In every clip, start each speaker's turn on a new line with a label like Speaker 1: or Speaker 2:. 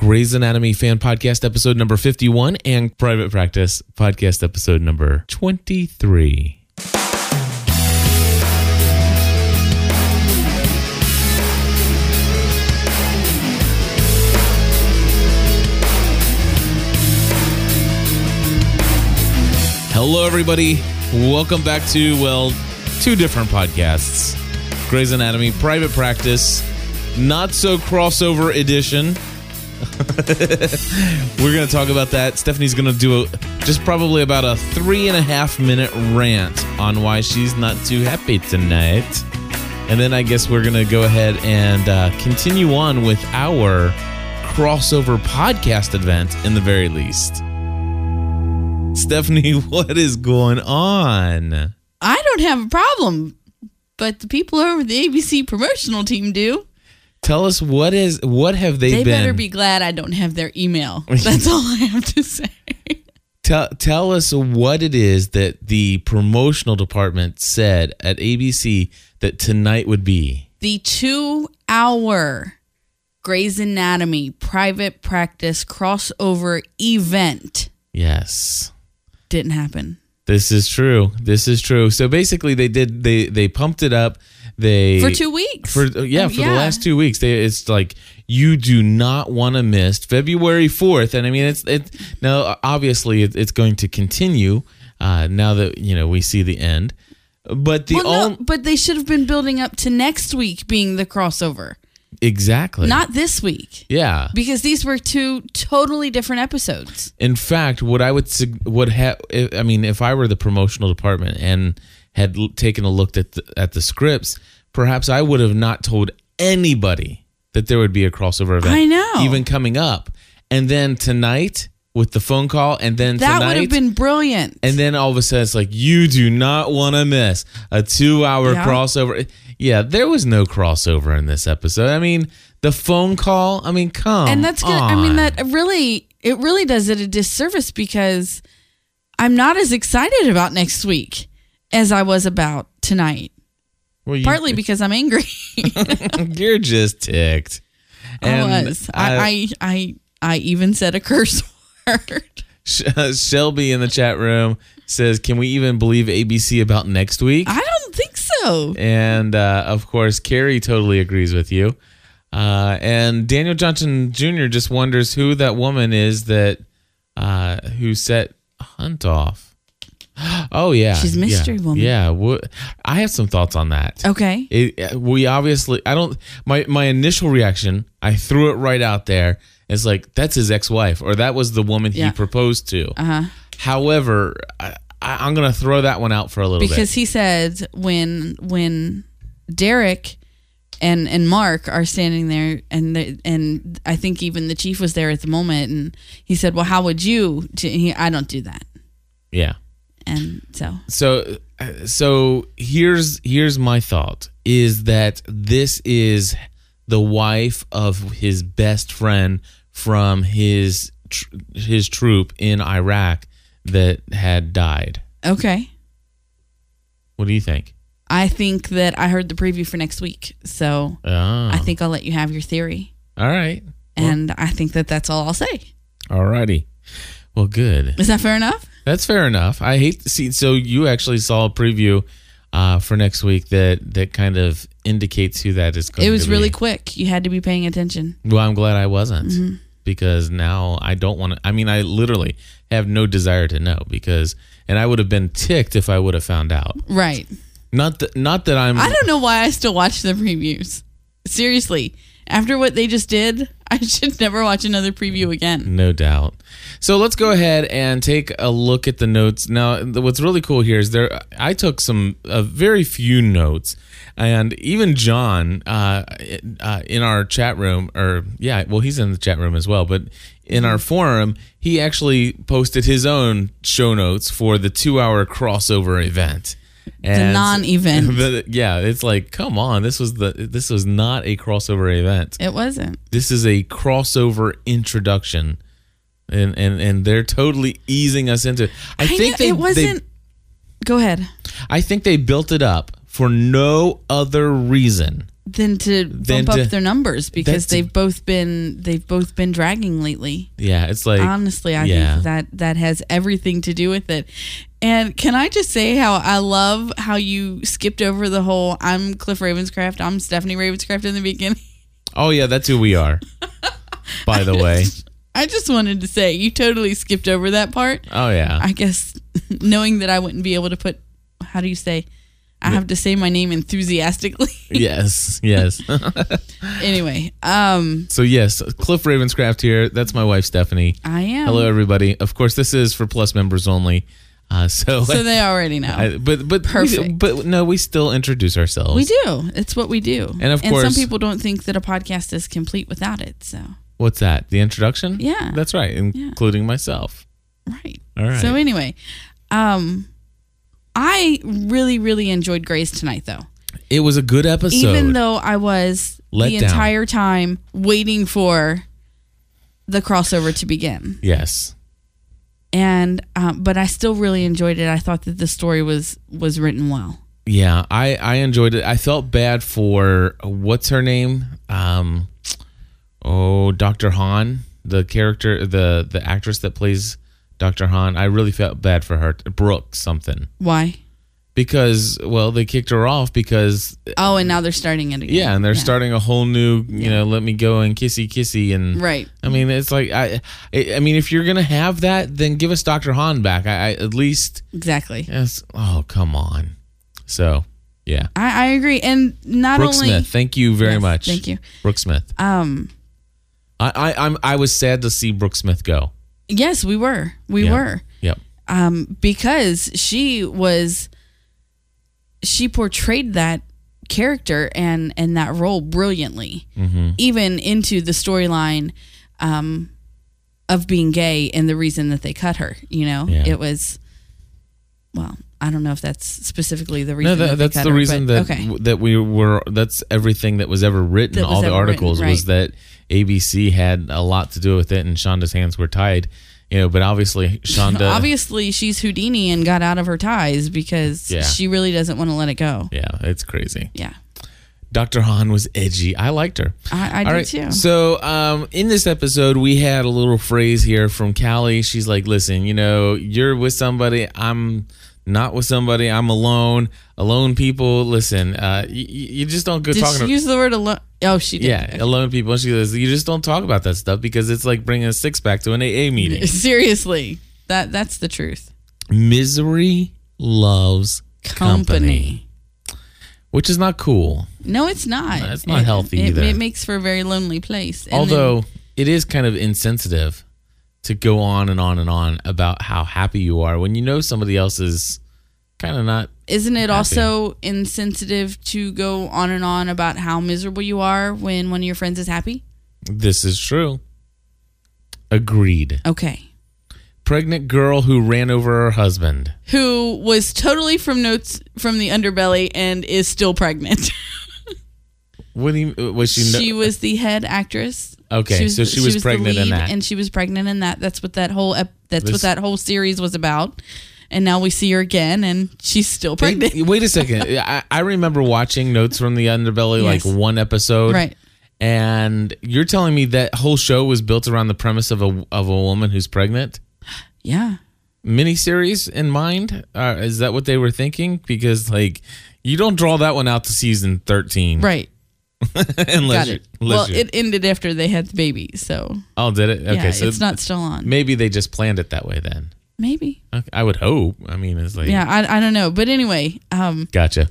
Speaker 1: Grey's Anatomy fan podcast episode number 51 and Private Practice podcast episode number 23. Hello, everybody. Welcome back to, well, two different podcasts Grey's Anatomy, Private Practice, not so crossover edition. We're going to talk about that. Stephanie's going to do a, just probably about a three and a half minute rant on why she's not too happy tonight. And then I guess we're going to go ahead and uh, continue on with our crossover podcast event in the very least. Stephanie, what is going on?
Speaker 2: I don't have a problem, but the people over the ABC promotional team do.
Speaker 1: Tell us what is what have they,
Speaker 2: They
Speaker 1: been?
Speaker 2: better be glad I don't have their email. That's all I have to say.
Speaker 1: tell tell us what it is that the promotional department said at ABC that tonight would be.
Speaker 2: The two hour Grey's Anatomy private practice crossover event
Speaker 1: Yes.
Speaker 2: didn't happen.
Speaker 1: This is true. This is true. So basically they did they they pumped it up. They
Speaker 2: For two weeks.
Speaker 1: for uh, yeah
Speaker 2: Um,
Speaker 1: for the last two weeks they it's like you do not want to miss february 4th and i mean it's it now obviously it, it's going to continue uh now that you know we see the end but the
Speaker 2: Well,
Speaker 1: all
Speaker 2: no, but they should have been building up to next week being the crossover,
Speaker 1: exactly
Speaker 2: not this week,
Speaker 1: yeah
Speaker 2: because these were two totally different episodes.
Speaker 1: in fact what i would sug- would have i mean if i were the promotional department and had l- taken a look at the, at the scripts perhaps i would have not told anybody that there would be a crossover event
Speaker 2: I know.
Speaker 1: even coming up and then tonight with the phone call and then
Speaker 2: That
Speaker 1: tonight
Speaker 2: would have been brilliant.
Speaker 1: and then all of a sudden it's like you do not want to miss a 2 hour
Speaker 2: Yeah.
Speaker 1: crossover yeah there was no crossover in this episode i mean the phone call i mean come
Speaker 2: and that's good. I
Speaker 1: on.
Speaker 2: mean, that really, it really does it a disservice because I'm not as excited about next week as I was about tonight.
Speaker 1: Well, you-
Speaker 2: Partly because I'm angry.
Speaker 1: You're just ticked.
Speaker 2: I was. I, I, I, I even said a curse word.
Speaker 1: Sh- Shelby in the chat room says, "Can we even believe ABC about next week?"
Speaker 2: I don't think so.
Speaker 1: and uh, of course, Carrie totally agrees with you. Uh, and Daniel Johnson Jr. just wonders who that woman is that uh, who set Hunt off. Oh yeah,
Speaker 2: She's
Speaker 1: yeah,
Speaker 2: Mystery Woman.
Speaker 1: Yeah, wha- I have some thoughts on that.
Speaker 2: Okay.
Speaker 1: It, uh, we obviously, I don't. My my initial reaction, I threw it right out there. It's like that's his ex-wife, or that was the woman he
Speaker 2: Yeah.
Speaker 1: proposed to.
Speaker 2: Uh huh.
Speaker 1: However, I, I- I'm gonna throw that one out for a little
Speaker 2: Because
Speaker 1: bit.
Speaker 2: he said when when Derek and and Mark are standing there, and the, and I think even the chief was there at the moment, and he said, "Well, how would you?" do-" And he, I don't do that,
Speaker 1: Yeah.
Speaker 2: and so
Speaker 1: So uh, so here's here's my thought is that this is the wife of his best friend from his tr- his troop in Iraq that had died.
Speaker 2: okay.
Speaker 1: What do you think?
Speaker 2: I think that I heard the preview for next week, so
Speaker 1: Oh,
Speaker 2: I think I'll let you have your theory,
Speaker 1: all right.
Speaker 2: and I think that that's all I'll say.
Speaker 1: Alrighty. Well, good.
Speaker 2: Is that fair enough?
Speaker 1: That's fair enough. I hate to see. So you actually saw a preview uh, for next week that that kind of indicates who that is going.
Speaker 2: It was
Speaker 1: to
Speaker 2: really
Speaker 1: Be.
Speaker 2: quick. You had to be paying attention.
Speaker 1: Well, I'm glad I wasn't
Speaker 2: Mm-hmm.
Speaker 1: because now I don't want to. I mean, I literally have no desire to know because, and I would have been ticked if I would have found out.
Speaker 2: Right.
Speaker 1: Not that. Not that I'm.
Speaker 2: I don't know why I still watch the previews. Seriously, after what they just did, I should never watch another preview again.
Speaker 1: No doubt. So let's go ahead and take a look at the notes. Now, th- what's really cool here is there. I took some uh, very few notes, and even John uh, uh, in our chat room, or yeah, well, he's in the chat room as well, but in our forum, he actually posted his own show notes for the two-hour crossover event. And-
Speaker 2: non-event.
Speaker 1: the- yeah, it's like, come on, this was the this was not a crossover event
Speaker 2: It wasn't.
Speaker 1: this is a crossover introduction and and and they're totally easing us into it. I,
Speaker 2: I
Speaker 1: think
Speaker 2: knew-
Speaker 1: they,
Speaker 2: it wasn't.
Speaker 1: they
Speaker 2: go ahead.
Speaker 1: I think they built it up for no other reason
Speaker 2: than to
Speaker 1: Than
Speaker 2: bump
Speaker 1: to-
Speaker 2: up their numbers because
Speaker 1: that's-
Speaker 2: they've both been they've both been dragging lately.
Speaker 1: Yeah, it's like
Speaker 2: Honestly, I
Speaker 1: yeah.
Speaker 2: think that that has everything to do with it. And can I just say how I love how you skipped over the whole I'm Cliff Ravenscraft, I'm Stephanie Ravenscraft in the beginning.
Speaker 1: oh yeah, that's who we are. By the way,
Speaker 2: I just wanted to say you totally skipped over that part.
Speaker 1: oh yeah,
Speaker 2: I guess knowing that I wouldn't be able to put how do you say I have to say my name enthusiastically.
Speaker 1: yes, yes.
Speaker 2: anyway, um
Speaker 1: so yes, Cliff Ravenscraft here. That's my wife Stephanie.
Speaker 2: I am
Speaker 1: Hello everybody. Of course, this is for plus members only. Uh, so,
Speaker 2: so they already know.
Speaker 1: I, but but
Speaker 2: Perfect.
Speaker 1: but no, we still introduce ourselves.
Speaker 2: we do. It's what we do.
Speaker 1: And of
Speaker 2: some
Speaker 1: course-
Speaker 2: people don't think that a podcast is complete without it. So,
Speaker 1: What's that? The introduction?
Speaker 2: Yeah.
Speaker 1: that's right, including myself.
Speaker 2: right.
Speaker 1: All right.
Speaker 2: So anyway, um I really really enjoyed Grace tonight though.
Speaker 1: it was a good episode.
Speaker 2: Even though I was
Speaker 1: Let
Speaker 2: the
Speaker 1: down.
Speaker 2: entire time waiting for the crossover to begin.
Speaker 1: yes.
Speaker 2: and um, but I still really enjoyed it. I thought that the story was was written well.
Speaker 1: Yeah, I I enjoyed it. I felt bad for what's her name? Um oh, Dr. Han, the character the the actress that plays Dr. Han. I really felt bad for her. Brooke something.
Speaker 2: Why?
Speaker 1: Because well, they kicked her off because
Speaker 2: Oh, and now they're starting it again.
Speaker 1: yeah, and they're starting a whole new, you know, let me go and kissy kissy and
Speaker 2: Right.
Speaker 1: I mean, it's like I I I mean, if you're going to have that, then give us Dr. Han back. I, I at least
Speaker 2: Exactly.
Speaker 1: yes. Oh, come on. So, yeah.
Speaker 2: I, I agree. And not
Speaker 1: Brooke
Speaker 2: only
Speaker 1: Smith, thank you very
Speaker 2: Yes,
Speaker 1: much.
Speaker 2: thank you.
Speaker 1: Brooke Smith.
Speaker 2: um
Speaker 1: I, I I'm I was sad to see Brooke Smith go.
Speaker 2: yes, we were. We
Speaker 1: Yeah.
Speaker 2: were.
Speaker 1: Yep.
Speaker 2: Um because she was she portrayed that character and and that role brilliantly.
Speaker 1: Mm-hmm.
Speaker 2: Even into the storyline um of being gay and the reason that they cut her, you know?
Speaker 1: Yeah.
Speaker 2: It was well, I don't know if that's specifically the
Speaker 1: No,
Speaker 2: reason.
Speaker 1: that,
Speaker 2: they
Speaker 1: that's
Speaker 2: cut
Speaker 1: the
Speaker 2: her,
Speaker 1: reason
Speaker 2: but-
Speaker 1: that
Speaker 2: okay.
Speaker 1: that we were. That's everything that was ever written.
Speaker 2: That was
Speaker 1: all the
Speaker 2: ever
Speaker 1: articles
Speaker 2: written,
Speaker 1: was that ABC had a lot to do with it, and Shonda's hands were tied. You know, but obviously Shonda.
Speaker 2: Obviously, she's Houdini and got out of her ties because
Speaker 1: Yeah.
Speaker 2: she really doesn't want to let it go.
Speaker 1: yeah, it's crazy.
Speaker 2: Yeah,
Speaker 1: Dr. Han was edgy. I liked her.
Speaker 2: I, I
Speaker 1: All
Speaker 2: do
Speaker 1: right.
Speaker 2: too.
Speaker 1: So, um, in this episode, we had a little phrase here from Callie. She's like, "Listen, you know, you're with somebody. I'm not with somebody. I'm alone. Alone people. Listen, uh, you, you just don't go
Speaker 2: Did
Speaker 1: talking.
Speaker 2: she
Speaker 1: to
Speaker 2: use the word alone? Oh, she did.
Speaker 1: yeah, alone people. She goes, you just don't talk about that stuff because it's like bringing a six pack to an AA meeting.
Speaker 2: Seriously, that that's the truth.
Speaker 1: Misery loves company.
Speaker 2: Company.
Speaker 1: which is not cool.
Speaker 2: No, it's not.
Speaker 1: No, it's not healthy
Speaker 2: it,
Speaker 1: either.
Speaker 2: It makes for a very lonely place. And
Speaker 1: Although it is kind of insensitive to go on and on and on about how happy you are when you know somebody else is kind of not.
Speaker 2: then isn't it also insensitive to go on and on about how miserable you are when one of your friends is happy?
Speaker 1: This is true. Agreed.
Speaker 2: Okay.
Speaker 1: Pregnant girl who ran over her husband.
Speaker 2: Who was totally from notes from the underbelly and is still pregnant.
Speaker 1: What do you, was she?
Speaker 2: she
Speaker 1: no,
Speaker 2: was the head actress.
Speaker 1: Okay, so she was
Speaker 2: the
Speaker 1: pregnant in
Speaker 2: lead,
Speaker 1: that.
Speaker 2: and she was pregnant in that. That's what that whole ep- that's
Speaker 1: This-
Speaker 2: what that whole series was about. And now we see her again, and she's still pregnant.
Speaker 1: wait, wait a second. I, I remember watching Notes from the Underbelly
Speaker 2: Yes.
Speaker 1: like one episode.
Speaker 2: right?
Speaker 1: And you're telling me that whole show was built around the premise of a of a woman who's pregnant?
Speaker 2: Yeah.
Speaker 1: miniseries in mind? Uh, is that what they were thinking? Because like, you don't draw that one out to season thirteen,
Speaker 2: Right.
Speaker 1: unless
Speaker 2: Got
Speaker 1: you,
Speaker 2: it.
Speaker 1: unless
Speaker 2: Well,
Speaker 1: you,
Speaker 2: it ended after they had the baby, so
Speaker 1: oh, did it? Okay,
Speaker 2: yeah,
Speaker 1: so
Speaker 2: it's not still on.
Speaker 1: maybe they just planned it that way then.
Speaker 2: Maybe.
Speaker 1: Okay, I would hope. I mean, it's like,
Speaker 2: Yeah, I, I don't know, but anyway, um,
Speaker 1: gotcha.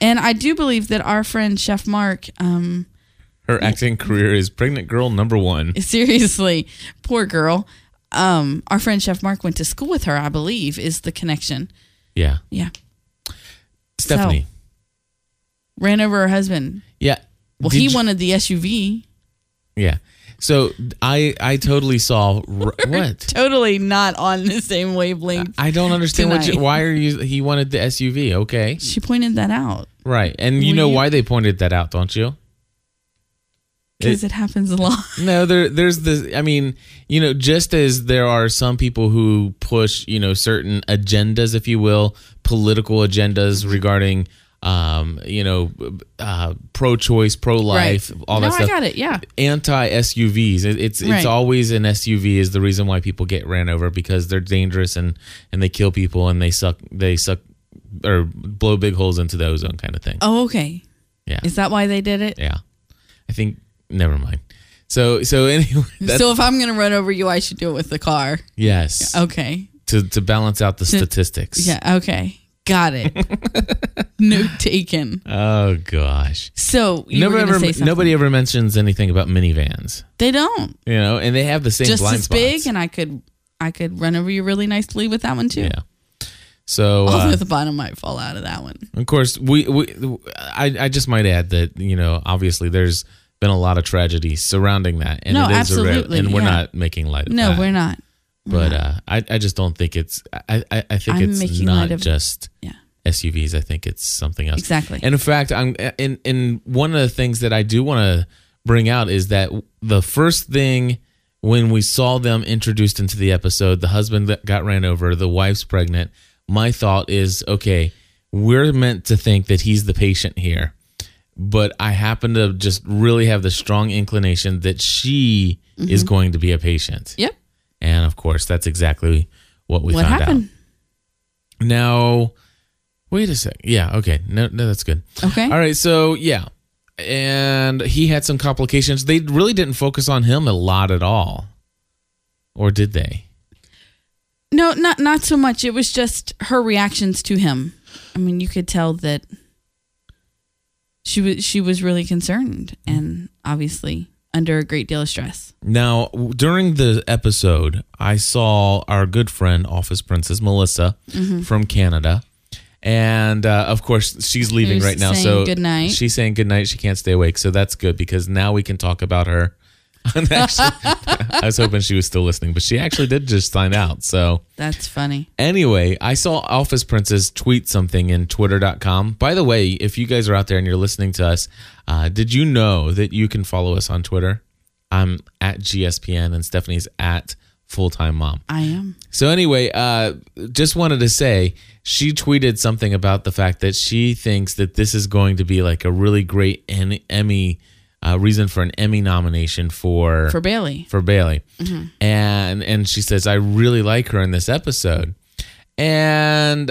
Speaker 2: and I do believe that our friend Chef Mark, um,
Speaker 1: Her acting career is pregnant girl number one.
Speaker 2: seriously, poor girl. Um, our friend Chef Mark went to school with her, I believe, is the connection.
Speaker 1: Yeah,
Speaker 2: Yeah.
Speaker 1: Stephanie.
Speaker 2: ran over her husband.
Speaker 1: yeah.
Speaker 2: Well,
Speaker 1: Did
Speaker 2: he
Speaker 1: you-
Speaker 2: wanted the SUV.
Speaker 1: Yeah. So I I totally saw r- what.
Speaker 2: Totally not on the same wavelength.
Speaker 1: I don't understand what you,
Speaker 2: Tonight.
Speaker 1: why are you he wanted the SUV, okay?
Speaker 2: She pointed that out
Speaker 1: Right. And you
Speaker 2: Were
Speaker 1: know
Speaker 2: you-
Speaker 1: why they pointed that out, don't you?
Speaker 2: because it, happens a lot.
Speaker 1: No, there, there's this. I mean, you know, just as there are some people who push, you know, certain agendas, if you will, political agendas regarding um, you know, uh, pro-choice, pro-life,
Speaker 2: Right.
Speaker 1: all
Speaker 2: no,
Speaker 1: that stuff.
Speaker 2: I got it. Yeah.
Speaker 1: Anti SUVs. It, it's
Speaker 2: Right.
Speaker 1: it's always an SUV is the reason why people get ran over because they're dangerous and and they kill people and they suck they suck or blow big holes into the ozone kind of thing.
Speaker 2: Oh, okay.
Speaker 1: Yeah.
Speaker 2: Is that why they did it?
Speaker 1: Yeah, I think never mind. So so anyway, that's,
Speaker 2: so oh, if I'm gonna run over you, I should do it with the car.
Speaker 1: yes,
Speaker 2: Okay.
Speaker 1: to to balance out the statistics.
Speaker 2: Yeah. Okay. Got it. Note taken.
Speaker 1: Oh gosh.
Speaker 2: So you
Speaker 1: Never
Speaker 2: were gonna
Speaker 1: ever.
Speaker 2: say something.
Speaker 1: Nobody ever mentions anything about minivans.
Speaker 2: They don't.
Speaker 1: You know, and they have the same
Speaker 2: Just
Speaker 1: blind
Speaker 2: as big,
Speaker 1: spots.
Speaker 2: and I could I could run over you really nicely with that one too.
Speaker 1: yeah. So uh,
Speaker 2: Although the bottom might fall out of that one.
Speaker 1: Of course, we, we I, I just might add that you know obviously there's been a lot of tragedy surrounding that, and
Speaker 2: No,
Speaker 1: it is a rare-
Speaker 2: absolutely,
Speaker 1: and we're
Speaker 2: yeah.
Speaker 1: not making light of
Speaker 2: No,
Speaker 1: that.
Speaker 2: we're not.
Speaker 1: but uh, I I just don't think it's I I, I think
Speaker 2: I'm
Speaker 1: it's
Speaker 2: making
Speaker 1: not
Speaker 2: light of-
Speaker 1: just
Speaker 2: Yeah.
Speaker 1: SUVs. I think it's something else.
Speaker 2: Exactly.
Speaker 1: And in fact, I'm in in one of the things that I do want to bring out is that the first thing when we saw them introduced into the episode, the husband that got ran over, the wife's pregnant. My thought is, okay, we're meant to think that he's the patient here, but I happen to just really have the strong inclination that she
Speaker 2: Mm-hmm.
Speaker 1: is going to be a patient.
Speaker 2: Yep.
Speaker 1: And of course, that's exactly what uh, we
Speaker 2: what
Speaker 1: found
Speaker 2: happened?
Speaker 1: out. Now, wait a sec. Yeah, okay. No, no, that's good.
Speaker 2: Okay.
Speaker 1: All right, so yeah. And he had some complications. They really didn't focus on him a lot at all. Or did they?
Speaker 2: No, not not so much. It was just her reactions to him. I mean, you could tell that she was she was really concerned and obviously under a great deal of stress.
Speaker 1: Now, w- during the episode, I saw our good friend, Office Princess Melissa from Canada. And uh, of course, she's leaving
Speaker 2: Who's
Speaker 1: right now.
Speaker 2: saying
Speaker 1: So
Speaker 2: good night.
Speaker 1: she's saying good night. She can't stay awake. So that's good because now we can talk about her. And actually, I was hoping she was still listening, but she actually did just sign out. So
Speaker 2: That's funny.
Speaker 1: Anyway, I saw Office Princess tweet something in twitter.com. By the way, if you guys are out there and you're listening to us, uh, did you know that you can follow us on Twitter? I'm at GSPN and Stephanie's at full time mom.
Speaker 2: I am.
Speaker 1: So anyway, uh, just wanted to say she tweeted something about the fact that she thinks that this is going to be like a really great en- Emmy uh, reason for an Emmy nomination for
Speaker 2: For Bailey.
Speaker 1: for Bailey.
Speaker 2: Mm-hmm.
Speaker 1: And and she says, I really like her in this episode. And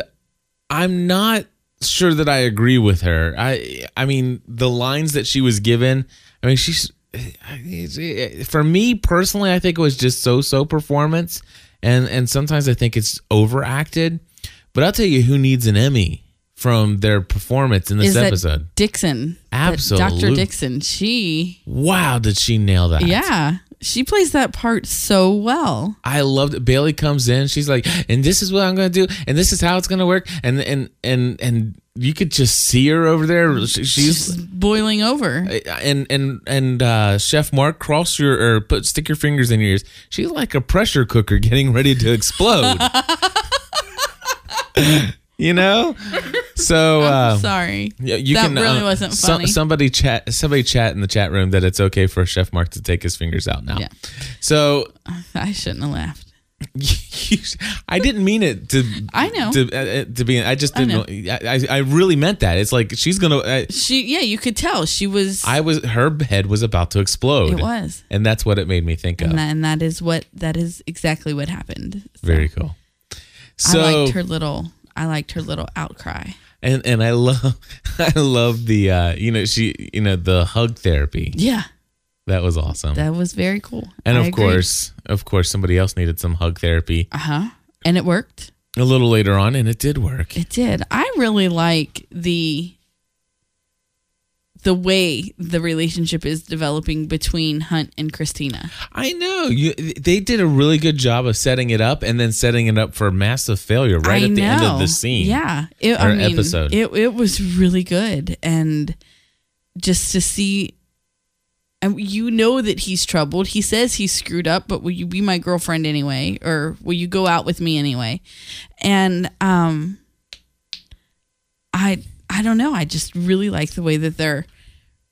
Speaker 1: I'm not sure that I agree with her. I I mean, the lines that she was given, I mean, she's for me personally, I think it was just so so performance. And and sometimes I think it's overacted. But I'll tell you who needs an Emmy from their performance in this
Speaker 2: Is
Speaker 1: episode.
Speaker 2: that Dixon? That Dr.
Speaker 1: Absolute-
Speaker 2: Dixon. She
Speaker 1: wow, did she nail that?
Speaker 2: Yeah. She plays that part so well.
Speaker 1: I loved it. Bailey comes in. She's like, and this is what I'm gonna do, and this is how it's gonna work, and and and and you could just see her over there. She,
Speaker 2: She's
Speaker 1: she's
Speaker 2: boiling over.
Speaker 1: and and and uh, Chef Mark, cross your or put stick your fingers in your ears. She's like a pressure cooker getting ready to explode. you know, so. uh,
Speaker 2: Sorry.
Speaker 1: yeah, you
Speaker 2: that
Speaker 1: can.
Speaker 2: really
Speaker 1: uh,
Speaker 2: wasn't
Speaker 1: so-
Speaker 2: funny.
Speaker 1: somebody chat. Somebody chat in the chat room that it's okay for Chef Mark to take his fingers out now.
Speaker 2: Yeah.
Speaker 1: So
Speaker 2: I shouldn't have laughed.
Speaker 1: you- I didn't mean it to.
Speaker 2: I know.
Speaker 1: To, uh, uh, to be, I just
Speaker 2: I know.
Speaker 1: didn't. I, I, I really meant that. It's like she's gonna. I,
Speaker 2: She yeah, you could tell she was
Speaker 1: I was. Her head was about to explode.
Speaker 2: it was.
Speaker 1: and that's what it made me think of.
Speaker 2: and that, and that is what that is exactly what happened.
Speaker 1: Very cool. So
Speaker 2: I liked her little. I liked her little outcry.
Speaker 1: and and I love I love the uh you know she you know the hug therapy
Speaker 2: Yeah,
Speaker 1: that was awesome
Speaker 2: that was very cool.
Speaker 1: and
Speaker 2: I
Speaker 1: of
Speaker 2: agree.
Speaker 1: course of course somebody else needed some hug therapy
Speaker 2: uh huh, and it worked.
Speaker 1: a little later on and it did work
Speaker 2: It did. I really like the the way the relationship is developing between Hunt and Christina.
Speaker 1: I know you. They did a really good job of setting it up and then setting it up for massive failure right
Speaker 2: I
Speaker 1: at the end of
Speaker 2: know.
Speaker 1: the scene.
Speaker 2: Yeah, it, I
Speaker 1: or
Speaker 2: mean,
Speaker 1: episode.
Speaker 2: It it was really good, and just to see, and you know that he's troubled. He says he's screwed up, but will you be my girlfriend anyway, or will you go out with me anyway? And um, I I don't know. I just really like the way that they're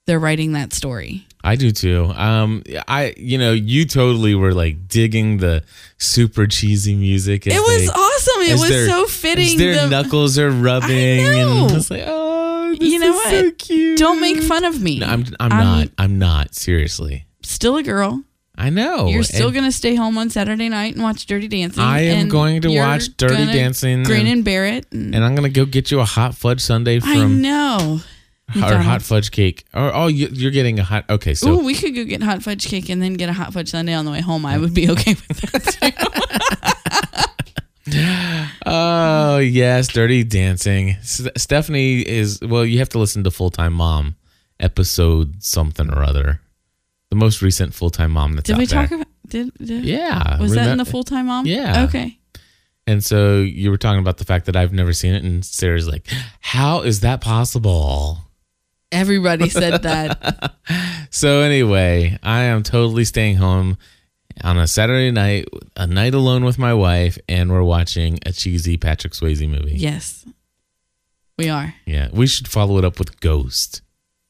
Speaker 2: they're writing that story.
Speaker 1: I do too. Um, I you know you totally were like digging the super cheesy music. as
Speaker 2: It was
Speaker 1: they-
Speaker 2: awesome. It
Speaker 1: as
Speaker 2: was
Speaker 1: their-
Speaker 2: so
Speaker 1: as
Speaker 2: fitting.
Speaker 1: Their
Speaker 2: The-
Speaker 1: knuckles are rubbing,
Speaker 2: know.
Speaker 1: and it's like oh, god, this
Speaker 2: You know
Speaker 1: is so
Speaker 2: what?
Speaker 1: cute.
Speaker 2: Don't make fun of me.
Speaker 1: No, I'm, I'm not. I'm not. Seriously.
Speaker 2: still a girl.
Speaker 1: I know.
Speaker 2: You're still
Speaker 1: Oh, And
Speaker 2: going to stay home on Saturday night and watch Dirty Dancing.
Speaker 1: I am
Speaker 2: and
Speaker 1: going to
Speaker 2: you're
Speaker 1: watch Dirty
Speaker 2: gonna
Speaker 1: Dancing
Speaker 2: Grin
Speaker 1: and-
Speaker 2: and bear it. and-
Speaker 1: And I'm gonna go get you a hot fudge sundae
Speaker 2: I
Speaker 1: from
Speaker 2: know.
Speaker 1: or hot
Speaker 2: McDonald's.
Speaker 1: fudge cake. Or oh, you, you're getting a hot. Okay, so
Speaker 2: Ooh, we could go get hot fudge cake and then get a hot fudge sundae on the way home. I would be okay with that. too.
Speaker 1: Oh yes, Dirty Dancing. S- Stephanie is well. You have to listen to Full Time Mom episode something or other, the most recent Full Time Mom that's
Speaker 2: did
Speaker 1: out
Speaker 2: we
Speaker 1: there.
Speaker 2: talk about? Did, did
Speaker 1: yeah,
Speaker 2: Was that in the
Speaker 1: remem-
Speaker 2: full time mom?
Speaker 1: Yeah.
Speaker 2: Okay.
Speaker 1: And so you were talking about the fact that I've never seen it, and Sarah's like, "How is that possible?"
Speaker 2: Everybody said that.
Speaker 1: So anyway, I am totally staying home on a Saturday night, a night alone with my wife, and we're watching a cheesy Patrick Swayze movie.
Speaker 2: yes. We are.
Speaker 1: yeah. We should follow it up with Ghost.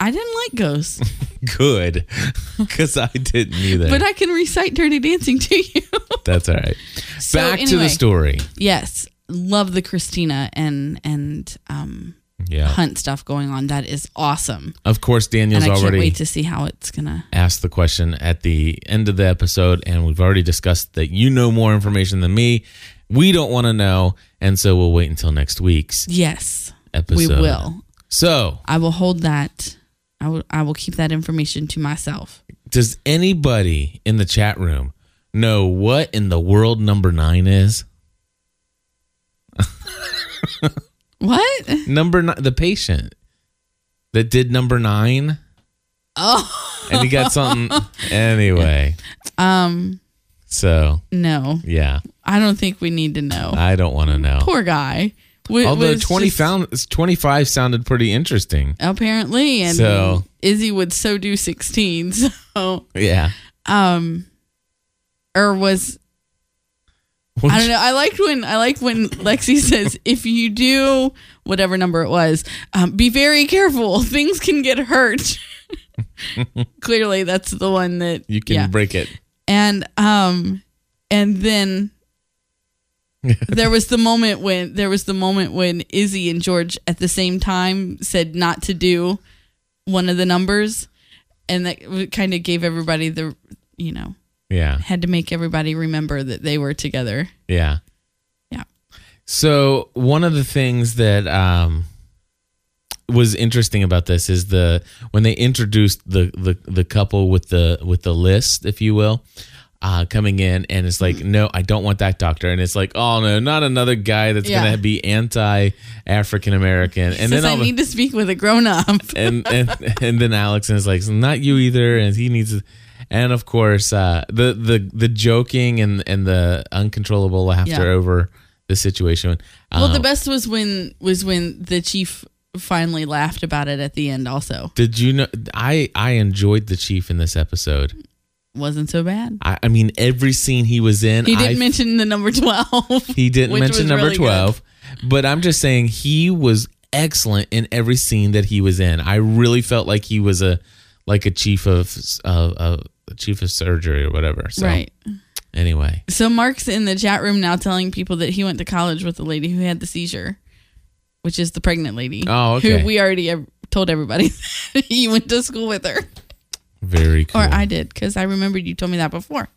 Speaker 2: I didn't like ghosts,
Speaker 1: good because I didn't either.
Speaker 2: but I can recite Dirty Dancing to you.
Speaker 1: That's all right.
Speaker 2: So
Speaker 1: Back to
Speaker 2: anyway.
Speaker 1: the story.
Speaker 2: yes. Love the Christina and and um,
Speaker 1: Yeah.
Speaker 2: Hunt stuff going on. That is awesome.
Speaker 1: Of course, Daniel's
Speaker 2: and I can't
Speaker 1: already
Speaker 2: wait to see how it's going to.
Speaker 1: asked the question at the end of the episode, and we've already discussed that you know more information than me. We don't want to know, and so we'll wait until next week's
Speaker 2: Yes.
Speaker 1: episode.
Speaker 2: We will.
Speaker 1: So,
Speaker 2: I will hold that. I will, I will keep that information to myself.
Speaker 1: does anybody in the chat room know what in the world number nine is?
Speaker 2: What?
Speaker 1: Number nine, the patient that did number nine,
Speaker 2: Oh,
Speaker 1: and he got something anyway.
Speaker 2: um,
Speaker 1: So
Speaker 2: no.
Speaker 1: yeah,
Speaker 2: I don't think we need to know.
Speaker 1: I don't want to know.
Speaker 2: Poor guy. W-
Speaker 1: Although
Speaker 2: was
Speaker 1: twenty
Speaker 2: just-
Speaker 1: found twenty five sounded pretty interesting.
Speaker 2: apparently, and
Speaker 1: So-
Speaker 2: Izzy would so do sixteen. So,
Speaker 1: Yeah.
Speaker 2: um, or was I don't know. I liked when I liked when Lexi says, "If you do whatever number it was, um, be very careful. Things can get hurt." Clearly, that's the one that
Speaker 1: You can
Speaker 2: yeah.
Speaker 1: break it.
Speaker 2: and um and then there was the moment when there was the moment when Izzy and George at the same time said not to do one of the numbers and that kind of gave everybody the you know
Speaker 1: Yeah.
Speaker 2: had to make everybody remember that they were together
Speaker 1: Yeah.
Speaker 2: Yeah.
Speaker 1: So one of the things that um was interesting about this is the when they introduced the the the couple with the with the list, if you will. Uh, coming in and it's like no i don't want that doctor and it's like oh no not another guy that's
Speaker 2: Yeah.
Speaker 1: gonna be anti-african american and
Speaker 2: and says
Speaker 1: then all
Speaker 2: I
Speaker 1: of a-
Speaker 2: need to speak with a grown up
Speaker 1: and and and then Alex is like, not you either, and he needs. And of course, uh, the the the joking and and the uncontrollable laughter
Speaker 2: Yeah.
Speaker 1: over the situation.
Speaker 2: well the
Speaker 1: Um,
Speaker 2: best was when was when the chief finally laughed about it at the end also
Speaker 1: did you know? I I enjoyed the chief in this episode.
Speaker 2: wasn't so bad
Speaker 1: I, I mean, every scene he was in,
Speaker 2: he didn't
Speaker 1: I,
Speaker 2: mention the number 12
Speaker 1: he didn't
Speaker 2: which
Speaker 1: mention
Speaker 2: was
Speaker 1: number
Speaker 2: really good.
Speaker 1: twelve, but I'm just saying he was excellent in every scene that he was in. I really felt like he was a like a chief of uh, uh, chief of surgery or whatever. So
Speaker 2: right
Speaker 1: anyway.
Speaker 2: So Mark's in the chat room now telling people that he went to college with the lady who had the seizure, which is the pregnant lady.
Speaker 1: Oh, okay.
Speaker 2: Who we already ev- told everybody you went to school with her.
Speaker 1: Very cool.
Speaker 2: Or I did, because I remembered you told me that before.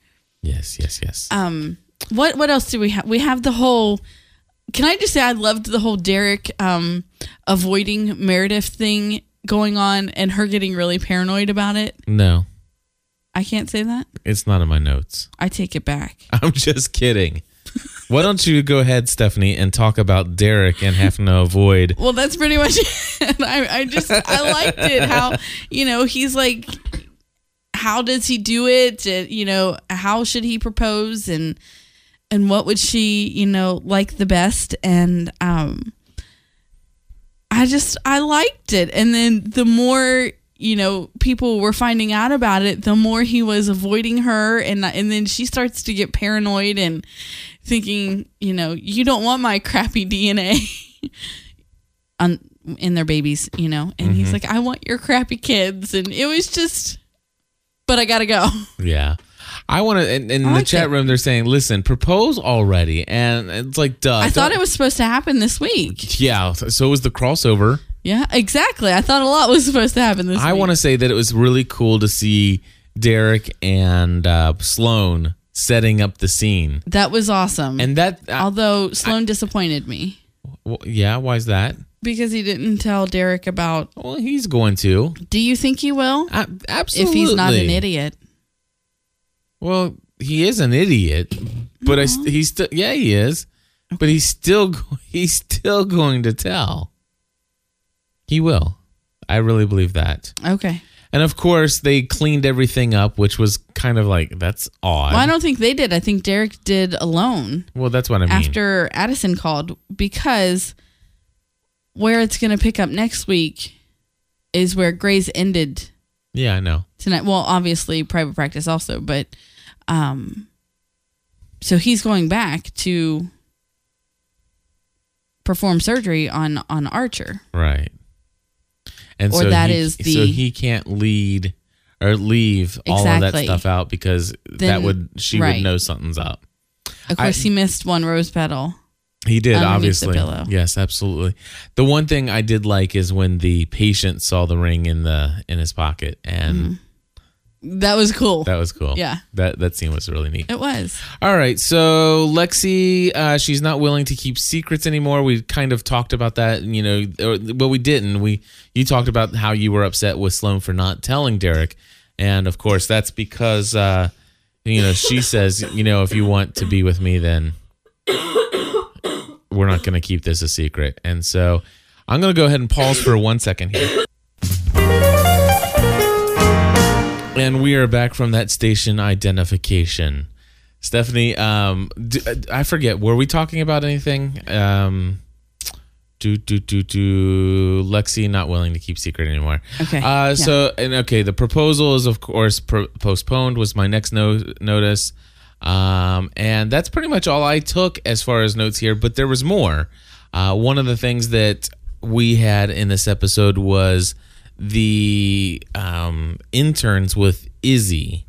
Speaker 1: yes, yes, yes.
Speaker 2: Um, what what else do we have? We have the whole. Can I just say I loved the whole Derek um, avoiding Meredith thing going on and her getting really paranoid about it.
Speaker 1: no,
Speaker 2: I can't say that.
Speaker 1: it's not in my notes.
Speaker 2: I take it back.
Speaker 1: I'm just kidding. Why don't you go ahead, Stephanie, and talk about Derek and having to avoid?
Speaker 2: Well, that's pretty much it. I, I just I liked it how you know he's like, how does he do it? And, you know, how should he propose and and what would she you know like the best? And um, I just I liked it. And then the more you know people were finding out about it, the more he was avoiding her, and and then she starts to get paranoid and thinking, you know, you don't want my crappy DNA on in their babies, you know. And
Speaker 1: Mm-hmm.
Speaker 2: he's like, I want your crappy kids, and it was just. But I gotta go.
Speaker 1: Yeah, I want to. In, in the
Speaker 2: like
Speaker 1: chat
Speaker 2: it.
Speaker 1: room, they're saying, "Listen, propose already," and it's like, duh.
Speaker 2: I thought
Speaker 1: don't-
Speaker 2: it was supposed to happen this week.
Speaker 1: Yeah. So was the crossover.
Speaker 2: Yeah, exactly. I thought a lot was supposed to happen this
Speaker 1: I
Speaker 2: week.
Speaker 1: want to say that it was really cool to see Derek and uh, Sloan setting up the scene,
Speaker 2: That was awesome.
Speaker 1: and that. Uh,
Speaker 2: Although Sloan disappointed me
Speaker 1: well, yeah. Why is that?
Speaker 2: because he didn't tell Derek about.
Speaker 1: Well, he's going to.
Speaker 2: Do you think he will?
Speaker 1: A- absolutely.
Speaker 2: If he's not an idiot.
Speaker 1: Well, he is an idiot, but I st- he's still yeah he is, but he's still go- he's still going to tell. He will. I really believe that.
Speaker 2: Okay.
Speaker 1: And of course, they cleaned everything up, which was kind of like that's odd.
Speaker 2: Well, I don't think they did. I think Derek did alone
Speaker 1: well, that's what I mean.
Speaker 2: after Addison called because where it's going to pick up next week is where Gray's ended
Speaker 1: yeah, I know.
Speaker 2: tonight. Well, obviously private practice also, but um so he's going back to perform surgery on on Archer.
Speaker 1: Right. And
Speaker 2: Or
Speaker 1: so
Speaker 2: that
Speaker 1: he,
Speaker 2: is
Speaker 1: so
Speaker 2: the-
Speaker 1: he can't lead or leave all of that
Speaker 2: Exactly.
Speaker 1: stuff out because that
Speaker 2: Then-
Speaker 1: would she
Speaker 2: right.
Speaker 1: would know something's up.
Speaker 2: Of
Speaker 1: I-
Speaker 2: course he missed one rose petal.
Speaker 1: He did,
Speaker 2: Underneath the
Speaker 1: obviously.
Speaker 2: pillow.
Speaker 1: Yes, absolutely. The one thing I did like is when the patient saw the ring in the in his pocket, and
Speaker 2: That was cool.
Speaker 1: that was cool.
Speaker 2: Mm-hmm. Yeah.
Speaker 1: that that scene was really neat.
Speaker 2: it was.
Speaker 1: All right, so Lexi, uh, she's not willing to keep secrets anymore. We kind of talked about that, you know. Or, well, we didn't. We you talked about how you were upset with Sloan for not telling Derek, and of course that's because uh, you know she says, you know, if you want to be with me, then we're not going to keep this a secret. And so I'm going to go ahead and pause for one second here. And we are back from that station identification. Stephanie, um, d- I forget, were we talking about anything? Um, do, do, do, do. Lexi not willing to keep secret anymore.
Speaker 2: Okay,
Speaker 1: Uh,
Speaker 2: yeah.
Speaker 1: So, and okay, the proposal is, of course, pro- postponed, was my next no- notice. Um, and that's pretty much all I took as far as notes here, but there was more. Uh, one of the things that we had in this episode was the um, interns with Izzy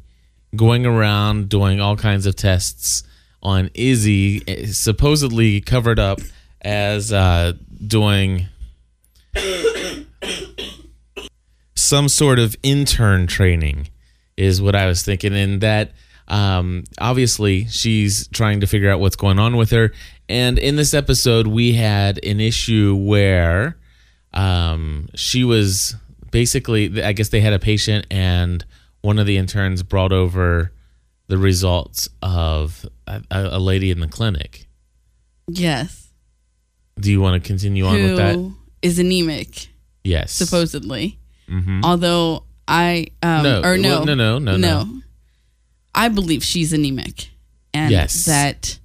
Speaker 1: going around doing all kinds of tests on Izzy, eh, supposedly covered up as uh, doing some sort of intern training, is what I was thinking. And that um, obviously she's trying to figure out what's going on with her. And in this episode, we had an issue where um, she was basically, I guess they had a patient, and one of the interns brought over the results of a, a a lady in the clinic.
Speaker 2: Yes.
Speaker 1: Do you want to continue on with that?
Speaker 2: Who is anemic
Speaker 1: Yes. Mm-hmm.
Speaker 2: supposedly. Although I um
Speaker 1: No.
Speaker 2: or no.
Speaker 1: Well, no, no, no, no.
Speaker 2: I believe she's anemic and
Speaker 1: Yes.
Speaker 2: that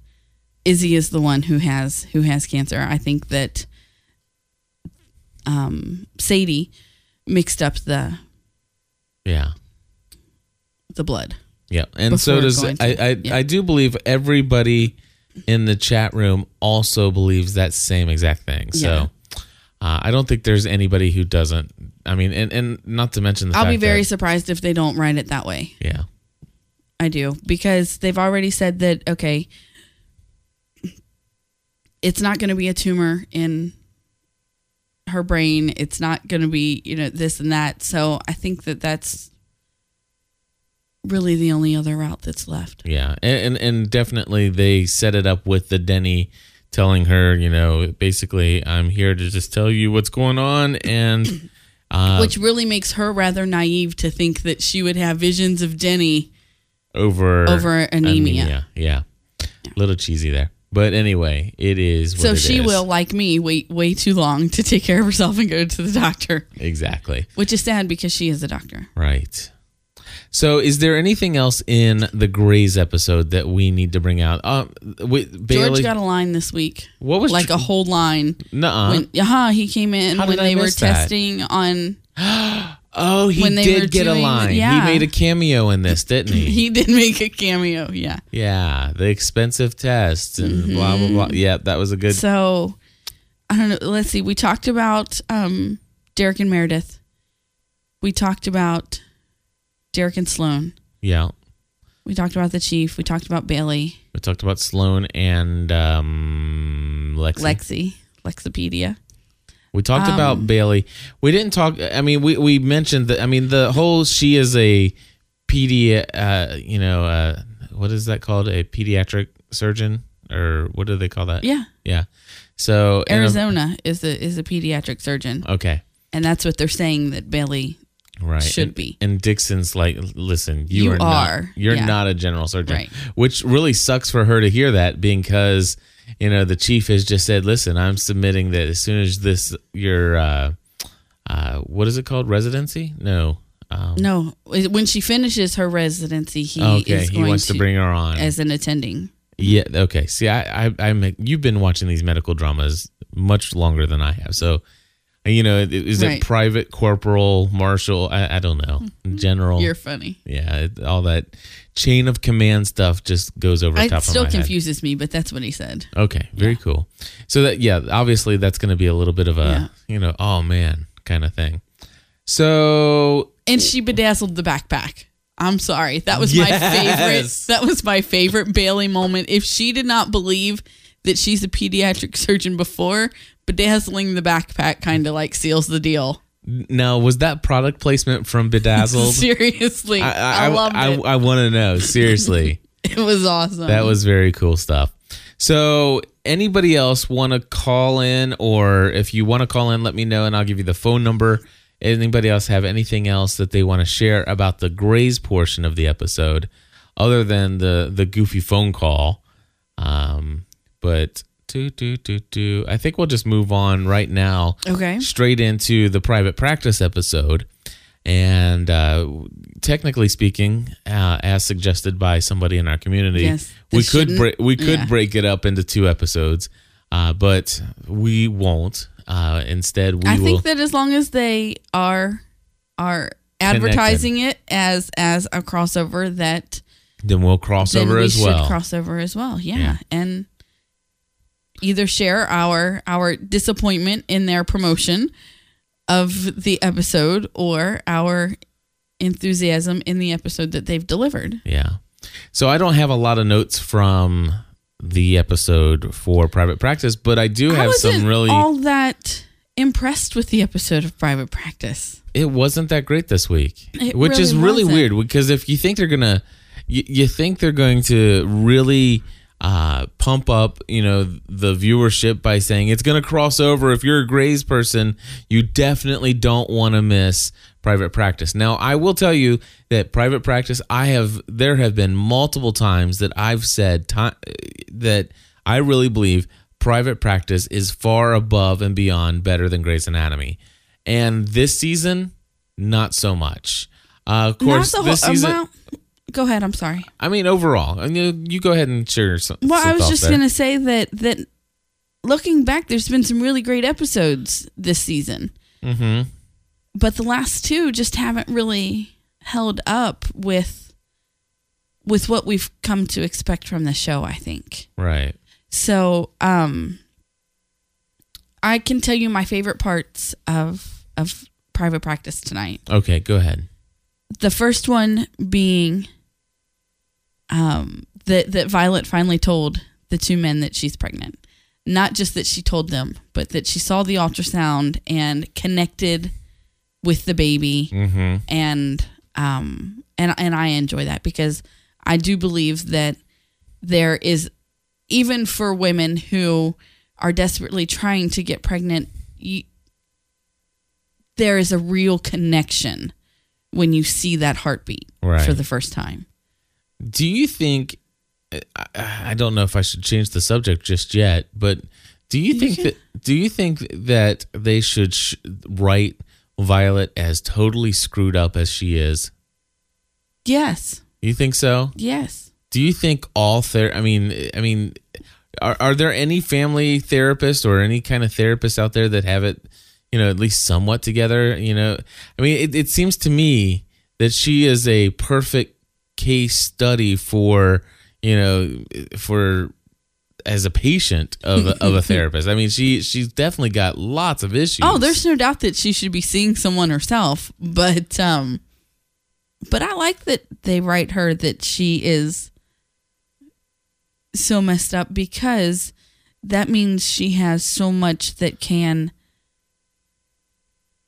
Speaker 2: Izzy is the one who has who has cancer. I think that um Sadie mixed up the
Speaker 1: Yeah.
Speaker 2: the blood.
Speaker 1: Yeah, and so
Speaker 2: before
Speaker 1: does I.
Speaker 2: going to-
Speaker 1: I,
Speaker 2: yeah.
Speaker 1: I do believe everybody in the chat room also believes that same exact thing. So uh, I don't think there's anybody who doesn't. I mean, and, and not to mention the
Speaker 2: I'll
Speaker 1: fact
Speaker 2: be very
Speaker 1: that,
Speaker 2: surprised if they don't write it that way.
Speaker 1: yeah.
Speaker 2: I do because they've already said that okay it's not going to be a tumor in her brain it's not going to be you know this and that so I think that that's really the only other route that's left
Speaker 1: Yeah, and, and and definitely they set it up with the Denny telling her, you know, basically, I'm here to just tell you what's going on, and uh,
Speaker 2: which really makes her rather naive to think that she would have visions of Denny
Speaker 1: over
Speaker 2: over anemia.
Speaker 1: Yeah, little cheesy there, but anyway, it is. What
Speaker 2: so
Speaker 1: it
Speaker 2: she
Speaker 1: is.
Speaker 2: will like me wait way too long to take care of herself and go to the doctor
Speaker 1: exactly.
Speaker 2: which is sad because she is a doctor
Speaker 1: Right. So, is there anything else in the Grays episode that we need to bring out? Um, wait, Bailey,
Speaker 2: George got a line this week
Speaker 1: what was
Speaker 2: like a whole line.
Speaker 1: nuh-uh.
Speaker 2: When uh he came in
Speaker 1: How did
Speaker 2: when
Speaker 1: I
Speaker 2: they were
Speaker 1: miss that?
Speaker 2: testing on
Speaker 1: oh, he
Speaker 2: when they were
Speaker 1: did get a
Speaker 2: doing-
Speaker 1: line.
Speaker 2: yeah.
Speaker 1: He made a cameo in this, didn't he?
Speaker 2: he did make a cameo, yeah.
Speaker 1: yeah, the expensive tests and blah blah
Speaker 2: Mm-hmm.
Speaker 1: blah. Yeah, that was a good.
Speaker 2: So I don't know, let's see. We talked about um Derek and Meredith. We talked about Derek and Sloan.
Speaker 1: yeah,
Speaker 2: We talked about the chief. We talked about Bailey,
Speaker 1: We talked about Sloan and um, Lexi. Uh,
Speaker 2: Lexi, Lexipedia.
Speaker 1: We talked
Speaker 2: Um,
Speaker 1: about Bailey. We didn't talk. I mean, we, we mentioned that. I mean, the whole she is a pedi. Uh, you know, uh, what is that called? A pediatric surgeon or what do they call that?
Speaker 2: Yeah,
Speaker 1: Yeah. So and a-
Speaker 2: Arizona is a is a pediatric surgeon,
Speaker 1: okay.
Speaker 2: and that's what they're saying that Bailey.
Speaker 1: Right.
Speaker 2: Should
Speaker 1: and,
Speaker 2: be.
Speaker 1: And Dixon's like, listen, you,
Speaker 2: You
Speaker 1: are, not,
Speaker 2: are,
Speaker 1: you're
Speaker 2: yeah.
Speaker 1: not a general surgeon,
Speaker 2: Right.
Speaker 1: which really sucks for her to hear that because, you know, the chief has just said, listen, I'm submitting that as soon as this, your, uh, uh, what is it called? Residency? No. Um,
Speaker 2: No, when she finishes her residency, he
Speaker 1: okay.
Speaker 2: is
Speaker 1: He
Speaker 2: going
Speaker 1: wants to,
Speaker 2: to
Speaker 1: bring her on.
Speaker 2: as an attending.
Speaker 1: yeah. Okay. See, I, I, I'm, you've been watching these medical dramas much longer than I have. So, you know, is
Speaker 2: Right. Mm-hmm.
Speaker 1: it private, corporal, marshal? I, I don't know. General.
Speaker 2: You're funny.
Speaker 1: Yeah, it, all that chain of command stuff just goes over the top
Speaker 2: It still
Speaker 1: of my head.
Speaker 2: confuses me, but that's what he said.
Speaker 1: Okay, very cool. So that yeah, obviously that's going to be a little bit of a you know oh man kind of thing. So
Speaker 2: And she bedazzled the backpack. I'm sorry. That was
Speaker 1: Yes.
Speaker 2: my favorite. That was my favorite Bailey moment. If she did not believe that she's a pediatric surgeon before, bedazzling the backpack kind of like seals the deal.
Speaker 1: now was that product placement from Bedazzled?
Speaker 2: Seriously. I, loved
Speaker 1: I,
Speaker 2: it.
Speaker 1: I want to know seriously.
Speaker 2: it was awesome.
Speaker 1: That was very cool stuff. So, anybody else want to call in, or if you want to call in, let me know and I'll give you the phone number. Anybody else have anything else that they want to share about the Grays portion of the episode, other than the the goofy phone call? Um, but do do do do. I think we'll just move on right now
Speaker 2: Okay.
Speaker 1: straight into the private practice episode. And uh, technically speaking, uh, as suggested by somebody in our community,
Speaker 2: Yes,
Speaker 1: we
Speaker 2: this
Speaker 1: could
Speaker 2: shouldn't-
Speaker 1: break we could
Speaker 2: yeah.
Speaker 1: break it up into two episodes, uh, but we won't. Uh, instead, we
Speaker 2: I
Speaker 1: will.
Speaker 2: think that as long as they are are advertising it as as a crossover that
Speaker 1: then we'll cross
Speaker 2: then
Speaker 1: over
Speaker 2: we
Speaker 1: as
Speaker 2: should
Speaker 1: well.
Speaker 2: cross over as well. Yeah.
Speaker 1: Yeah.
Speaker 2: And either share our our disappointment in their promotion of the episode or our enthusiasm in the episode that they've delivered.
Speaker 1: yeah. So I don't have a lot of notes from the episode for private practice, but I do
Speaker 2: I
Speaker 1: have
Speaker 2: wasn't
Speaker 1: some really.
Speaker 2: all that impressed with the episode of Private Practice.
Speaker 1: it wasn't that great this week,
Speaker 2: It
Speaker 1: which is
Speaker 2: really
Speaker 1: really
Speaker 2: wasn't.
Speaker 1: weird because if you think they're gonna, you, you think they're going to really uh, pump up, you know, the viewership by saying it's gonna cross over. If you're a Grays person, you definitely don't want to miss Private Practice. Now, I will tell you that Private Practice, I have there have been multiple times that I've said ti- that I really believe Private Practice is far above and beyond better than Grey's Anatomy. And this season, not so much. Uh, of course,
Speaker 2: Not the
Speaker 1: this
Speaker 2: whole-
Speaker 1: season.
Speaker 2: well, go ahead, I'm sorry.
Speaker 1: I mean, overall, I mean, you go ahead and share some.
Speaker 2: Well,
Speaker 1: some
Speaker 2: I was
Speaker 1: thoughts
Speaker 2: just
Speaker 1: there.
Speaker 2: gonna say that that looking back, there's been some really great episodes this season,
Speaker 1: Mhm.
Speaker 2: but the last two just haven't really held up with with what we've come to expect from the show. I think
Speaker 1: Right.
Speaker 2: so. Um, I can tell you my favorite parts of of private practice tonight.
Speaker 1: Okay, go ahead.
Speaker 2: The first one being um, that that Violet finally told the two men that she's pregnant. Not just that she told them, but that she saw the ultrasound and connected with the baby,
Speaker 1: Mm-hmm.
Speaker 2: and um, and and I enjoy that because I do believe that there is even for women who are desperately trying to get pregnant, you, there is a real connection when you see that heartbeat
Speaker 1: Right.
Speaker 2: for the first time.
Speaker 1: Do you think? I, I don't know if I should change the subject just yet, but do you think
Speaker 2: can-
Speaker 1: that do you think that they should sh- write Violet as totally screwed up as she is?
Speaker 2: Yes,
Speaker 1: You think so?
Speaker 2: yes.
Speaker 1: Do you think all ther? I mean, I mean, are are there any family therapists or any kind of therapists out there that have it, you know, at least somewhat together? You know, I mean, it, it seems to me that she is a perfect case study for you know for as a patient of a, of a therapist. I mean, she she's definitely got lots of issues.
Speaker 2: Oh, there's no doubt that she should be seeing someone herself, but um, But I like that they write her that she is so messed up because that means she has so much that can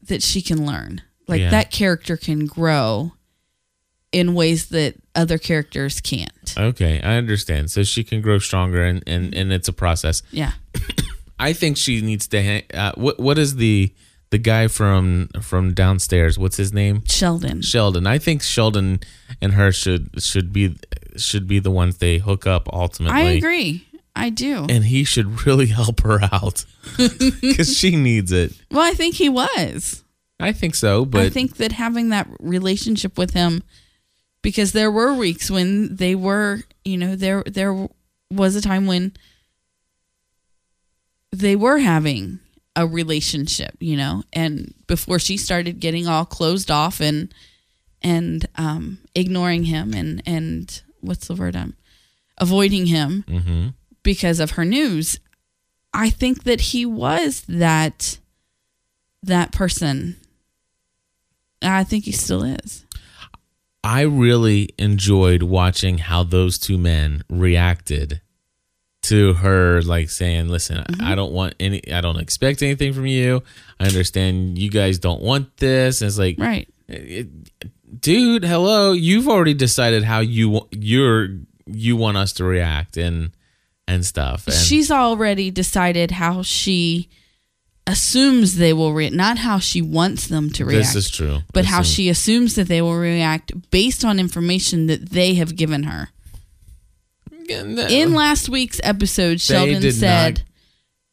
Speaker 2: that she can learn. Like
Speaker 1: Yeah.
Speaker 2: that character can grow in ways that other characters can't.
Speaker 1: Okay, I understand. So she can grow stronger, and and, and it's a process.
Speaker 2: Yeah.
Speaker 1: I think she needs to. Hang, uh, what what is the the guy from from downstairs? What's his name?
Speaker 2: Sheldon.
Speaker 1: Sheldon. I think Sheldon and her should should be should be the ones they hook up ultimately.
Speaker 2: I agree. I do.
Speaker 1: And he should really help her out because she needs it.
Speaker 2: Well, I think he was.
Speaker 1: I think so, but
Speaker 2: I think that having that relationship with him, because there were weeks when they were, you know, there there was a time when they were having a relationship, you know, and before she started getting all closed off and and um, ignoring him and and what's the word I'm avoiding him
Speaker 1: Mhm.
Speaker 2: because of her news. I think that he was that that person. I think he still is.
Speaker 1: I really enjoyed watching how those two men reacted to her like saying, "Listen, I
Speaker 2: Mm-hmm.
Speaker 1: I don't want any I don't expect anything from you. I understand you guys don't want this." And it's like,
Speaker 2: Right.
Speaker 1: it- dude, hello, you've already decided how you wa- you're you want us to react and and stuff. And
Speaker 2: She's already decided how she assumes they will react, not how she wants them to react,
Speaker 1: this is true.
Speaker 2: but how
Speaker 1: This is-
Speaker 2: she assumes that they will react based on information that they have given her. In last week's episode, Sheldon
Speaker 1: did
Speaker 2: said,
Speaker 1: not-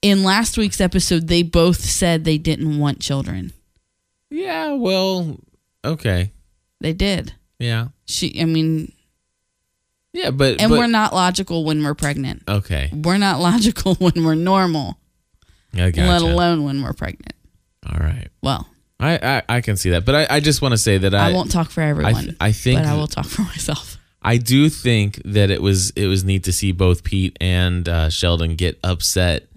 Speaker 2: in last week's episode, they both said they didn't want children.
Speaker 1: Yeah, well, okay.
Speaker 2: They did.
Speaker 1: Yeah.
Speaker 2: She, I mean,
Speaker 1: Yeah, but
Speaker 2: And
Speaker 1: but-
Speaker 2: we're not logical when we're pregnant.
Speaker 1: okay.
Speaker 2: We're not logical when we're normal,
Speaker 1: I gotcha.
Speaker 2: let alone when we're pregnant.
Speaker 1: All right.
Speaker 2: Well,
Speaker 1: I, I, I can see that, but I, I just want to say that I
Speaker 2: I, won't talk for
Speaker 1: I,
Speaker 2: everyone,
Speaker 1: th- I think
Speaker 2: but I will talk for myself.
Speaker 1: I do think that it was it was neat to see both Pete and uh, Sheldon get upset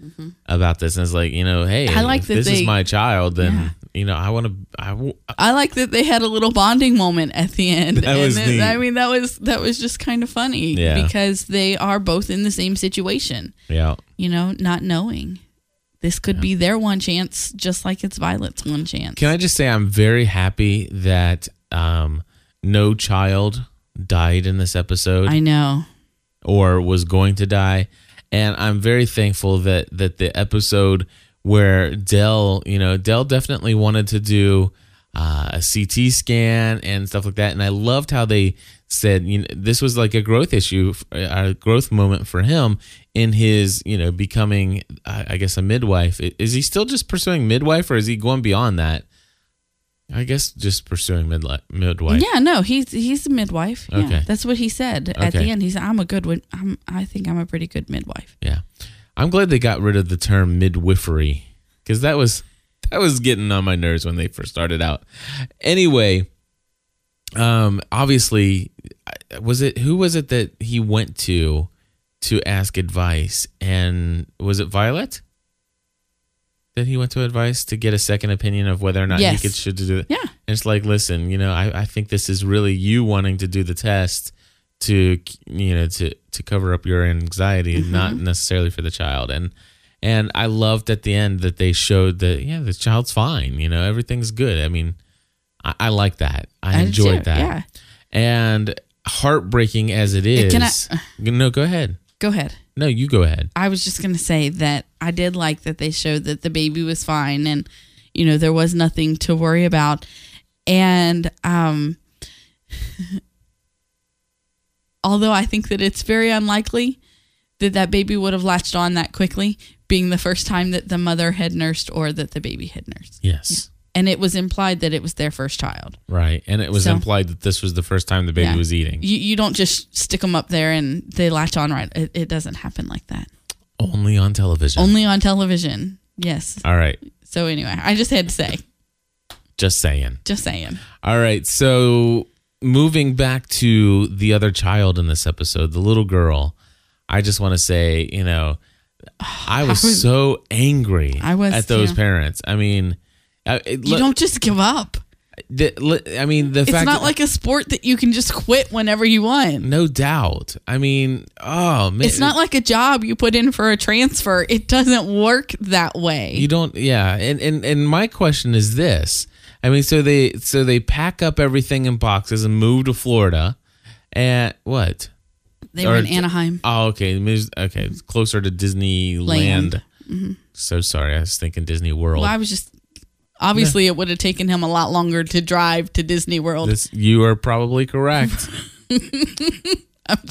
Speaker 1: about this, and it's like you know, hey,
Speaker 2: Mm-hmm. I like
Speaker 1: if
Speaker 2: that
Speaker 1: this
Speaker 2: they-
Speaker 1: is my child, then
Speaker 2: Yeah.
Speaker 1: you know, I want to. I w- uh,
Speaker 2: I like that they had a little bonding moment at the end.
Speaker 1: That
Speaker 2: and
Speaker 1: was
Speaker 2: then-
Speaker 1: neat.
Speaker 2: I mean, that was that was just kind of funny
Speaker 1: Yeah.
Speaker 2: because they are both in the same situation,
Speaker 1: yeah,
Speaker 2: you know, not knowing this could be their one chance, just like it's Violet's one chance.
Speaker 1: Can I just say I'm very happy that um, no child died in this episode
Speaker 2: I know.
Speaker 1: or was going to die, and I'm very thankful that that the episode where Dell, you know, Dell definitely wanted to do uh, a CT scan and stuff like that, and I loved how they said you know this was like a growth issue, a growth moment for him in his you know becoming, I I guess, a midwife. I- Is he still just pursuing midwife, or is he going beyond that? I guess just pursuing midli- midwife.
Speaker 2: Yeah, no, he's he's a midwife. Yeah,
Speaker 1: Okay.
Speaker 2: that's what he said at
Speaker 1: Okay.
Speaker 2: the end. He said, "I'm a good. wid- I'm. I think I'm a pretty good midwife."
Speaker 1: Yeah. I'm glad they got rid of the term midwifery cuz that was that was getting on my nerves when they first started out. Anyway, um obviously I- was it who was it that he went to to ask advice and was it Violet? That he went to advice to get a second opinion of whether or not
Speaker 2: Yes.
Speaker 1: he could should do it.
Speaker 2: Yeah.
Speaker 1: And it's like, listen, you know, I, I think this is really you wanting to do the test to you know to to cover up your anxiety,
Speaker 2: Mm-hmm.
Speaker 1: not necessarily for the child. And and I loved at the end that they showed that yeah, the child's fine. You know, everything's good. I mean, I, I like that. I,
Speaker 2: I did
Speaker 1: enjoyed
Speaker 2: too,
Speaker 1: that.
Speaker 2: yeah.
Speaker 1: And heartbreaking as it is,
Speaker 2: Can I-
Speaker 1: no, go ahead.
Speaker 2: Go ahead.
Speaker 1: No, you go ahead.
Speaker 2: I was just going to say that I did like that they showed that the baby was fine and, you know, there was nothing to worry about. And um, although I think that it's very unlikely that that baby would have latched on that quickly, being the first time that the mother had nursed or that the baby had nursed.
Speaker 1: Yes.
Speaker 2: And it was implied that it was their first child.
Speaker 1: Right. And it was
Speaker 2: So-
Speaker 1: implied that this was the first time the baby
Speaker 2: Yeah.
Speaker 1: was eating.
Speaker 2: You, you don't just stick them up there and they latch on right. It, it doesn't happen like that.
Speaker 1: Only on television.
Speaker 2: Only on television. Yes.
Speaker 1: All right.
Speaker 2: So anyway, I just had to say,
Speaker 1: Just saying.
Speaker 2: just saying.
Speaker 1: All right. So moving back to the other child in this episode, the little girl, I just want to say, you know, I was,
Speaker 2: was-
Speaker 1: so angry
Speaker 2: I was
Speaker 1: at those
Speaker 2: too.
Speaker 1: parents. I mean, I, it,
Speaker 2: You
Speaker 1: look-
Speaker 2: don't just give up.
Speaker 1: The, I mean, the
Speaker 2: It's
Speaker 1: fact
Speaker 2: not like a sport that you can just quit whenever you want.
Speaker 1: no doubt. I mean, oh man,
Speaker 2: It's not like a job you put in for a transfer. It doesn't work that way.
Speaker 1: You don't, yeah. And and and my question is this: I mean, so they so they pack up everything in boxes and move to Florida, and what?
Speaker 2: They were in
Speaker 1: or-
Speaker 2: Anaheim.
Speaker 1: Oh, okay, it moves- okay, it's closer to Disneyland.
Speaker 2: Land. Mm-hmm.
Speaker 1: So sorry, I was thinking Disney World.
Speaker 2: Well, I was just obviously it would have taken him a lot longer to drive to Disney World.
Speaker 1: This, you are probably correct.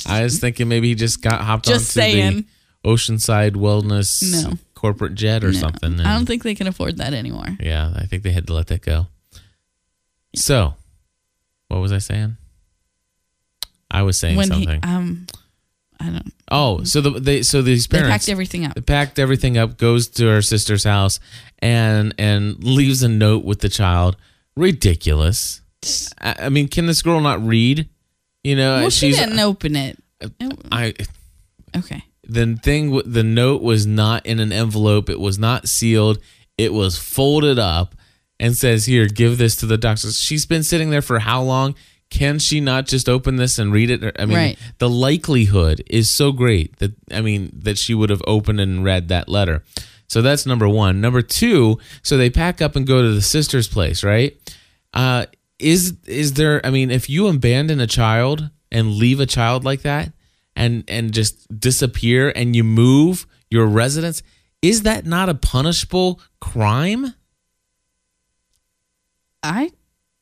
Speaker 1: I was thinking maybe he just got hopped
Speaker 2: Just
Speaker 1: onto
Speaker 2: saying.
Speaker 1: the Oceanside Wellness
Speaker 2: No.
Speaker 1: corporate jet or something. and-
Speaker 2: I don't think they can afford that anymore.
Speaker 1: yeah, I think they had to let that go. So, what was I saying? I was saying
Speaker 2: When
Speaker 1: something.
Speaker 2: he um I don't
Speaker 1: oh, so the they so these
Speaker 2: they
Speaker 1: parents Uh,
Speaker 2: packed everything up.
Speaker 1: packed everything up, goes to her sister's house, and and leaves a note with the child. Ridiculous. I, I mean, can this girl not read? You know,
Speaker 2: Well, she
Speaker 1: she's.
Speaker 2: didn't open it.
Speaker 1: I
Speaker 2: Okay.
Speaker 1: the thing w- the note was not in an envelope. It was not sealed. It was folded up and says, "Here, give this to the doctor." She's been sitting there for how long? Can she not just open this and read it? I mean,
Speaker 2: Right.
Speaker 1: the likelihood is so great that I mean that she would have opened and read that letter. So that's number one. Number two, so they pack up and go to the sister's place, right? Uh, is is there? I mean, if you abandon a child and leave a child like that, and and just disappear, and you move your residence, is that not a punishable crime?
Speaker 2: I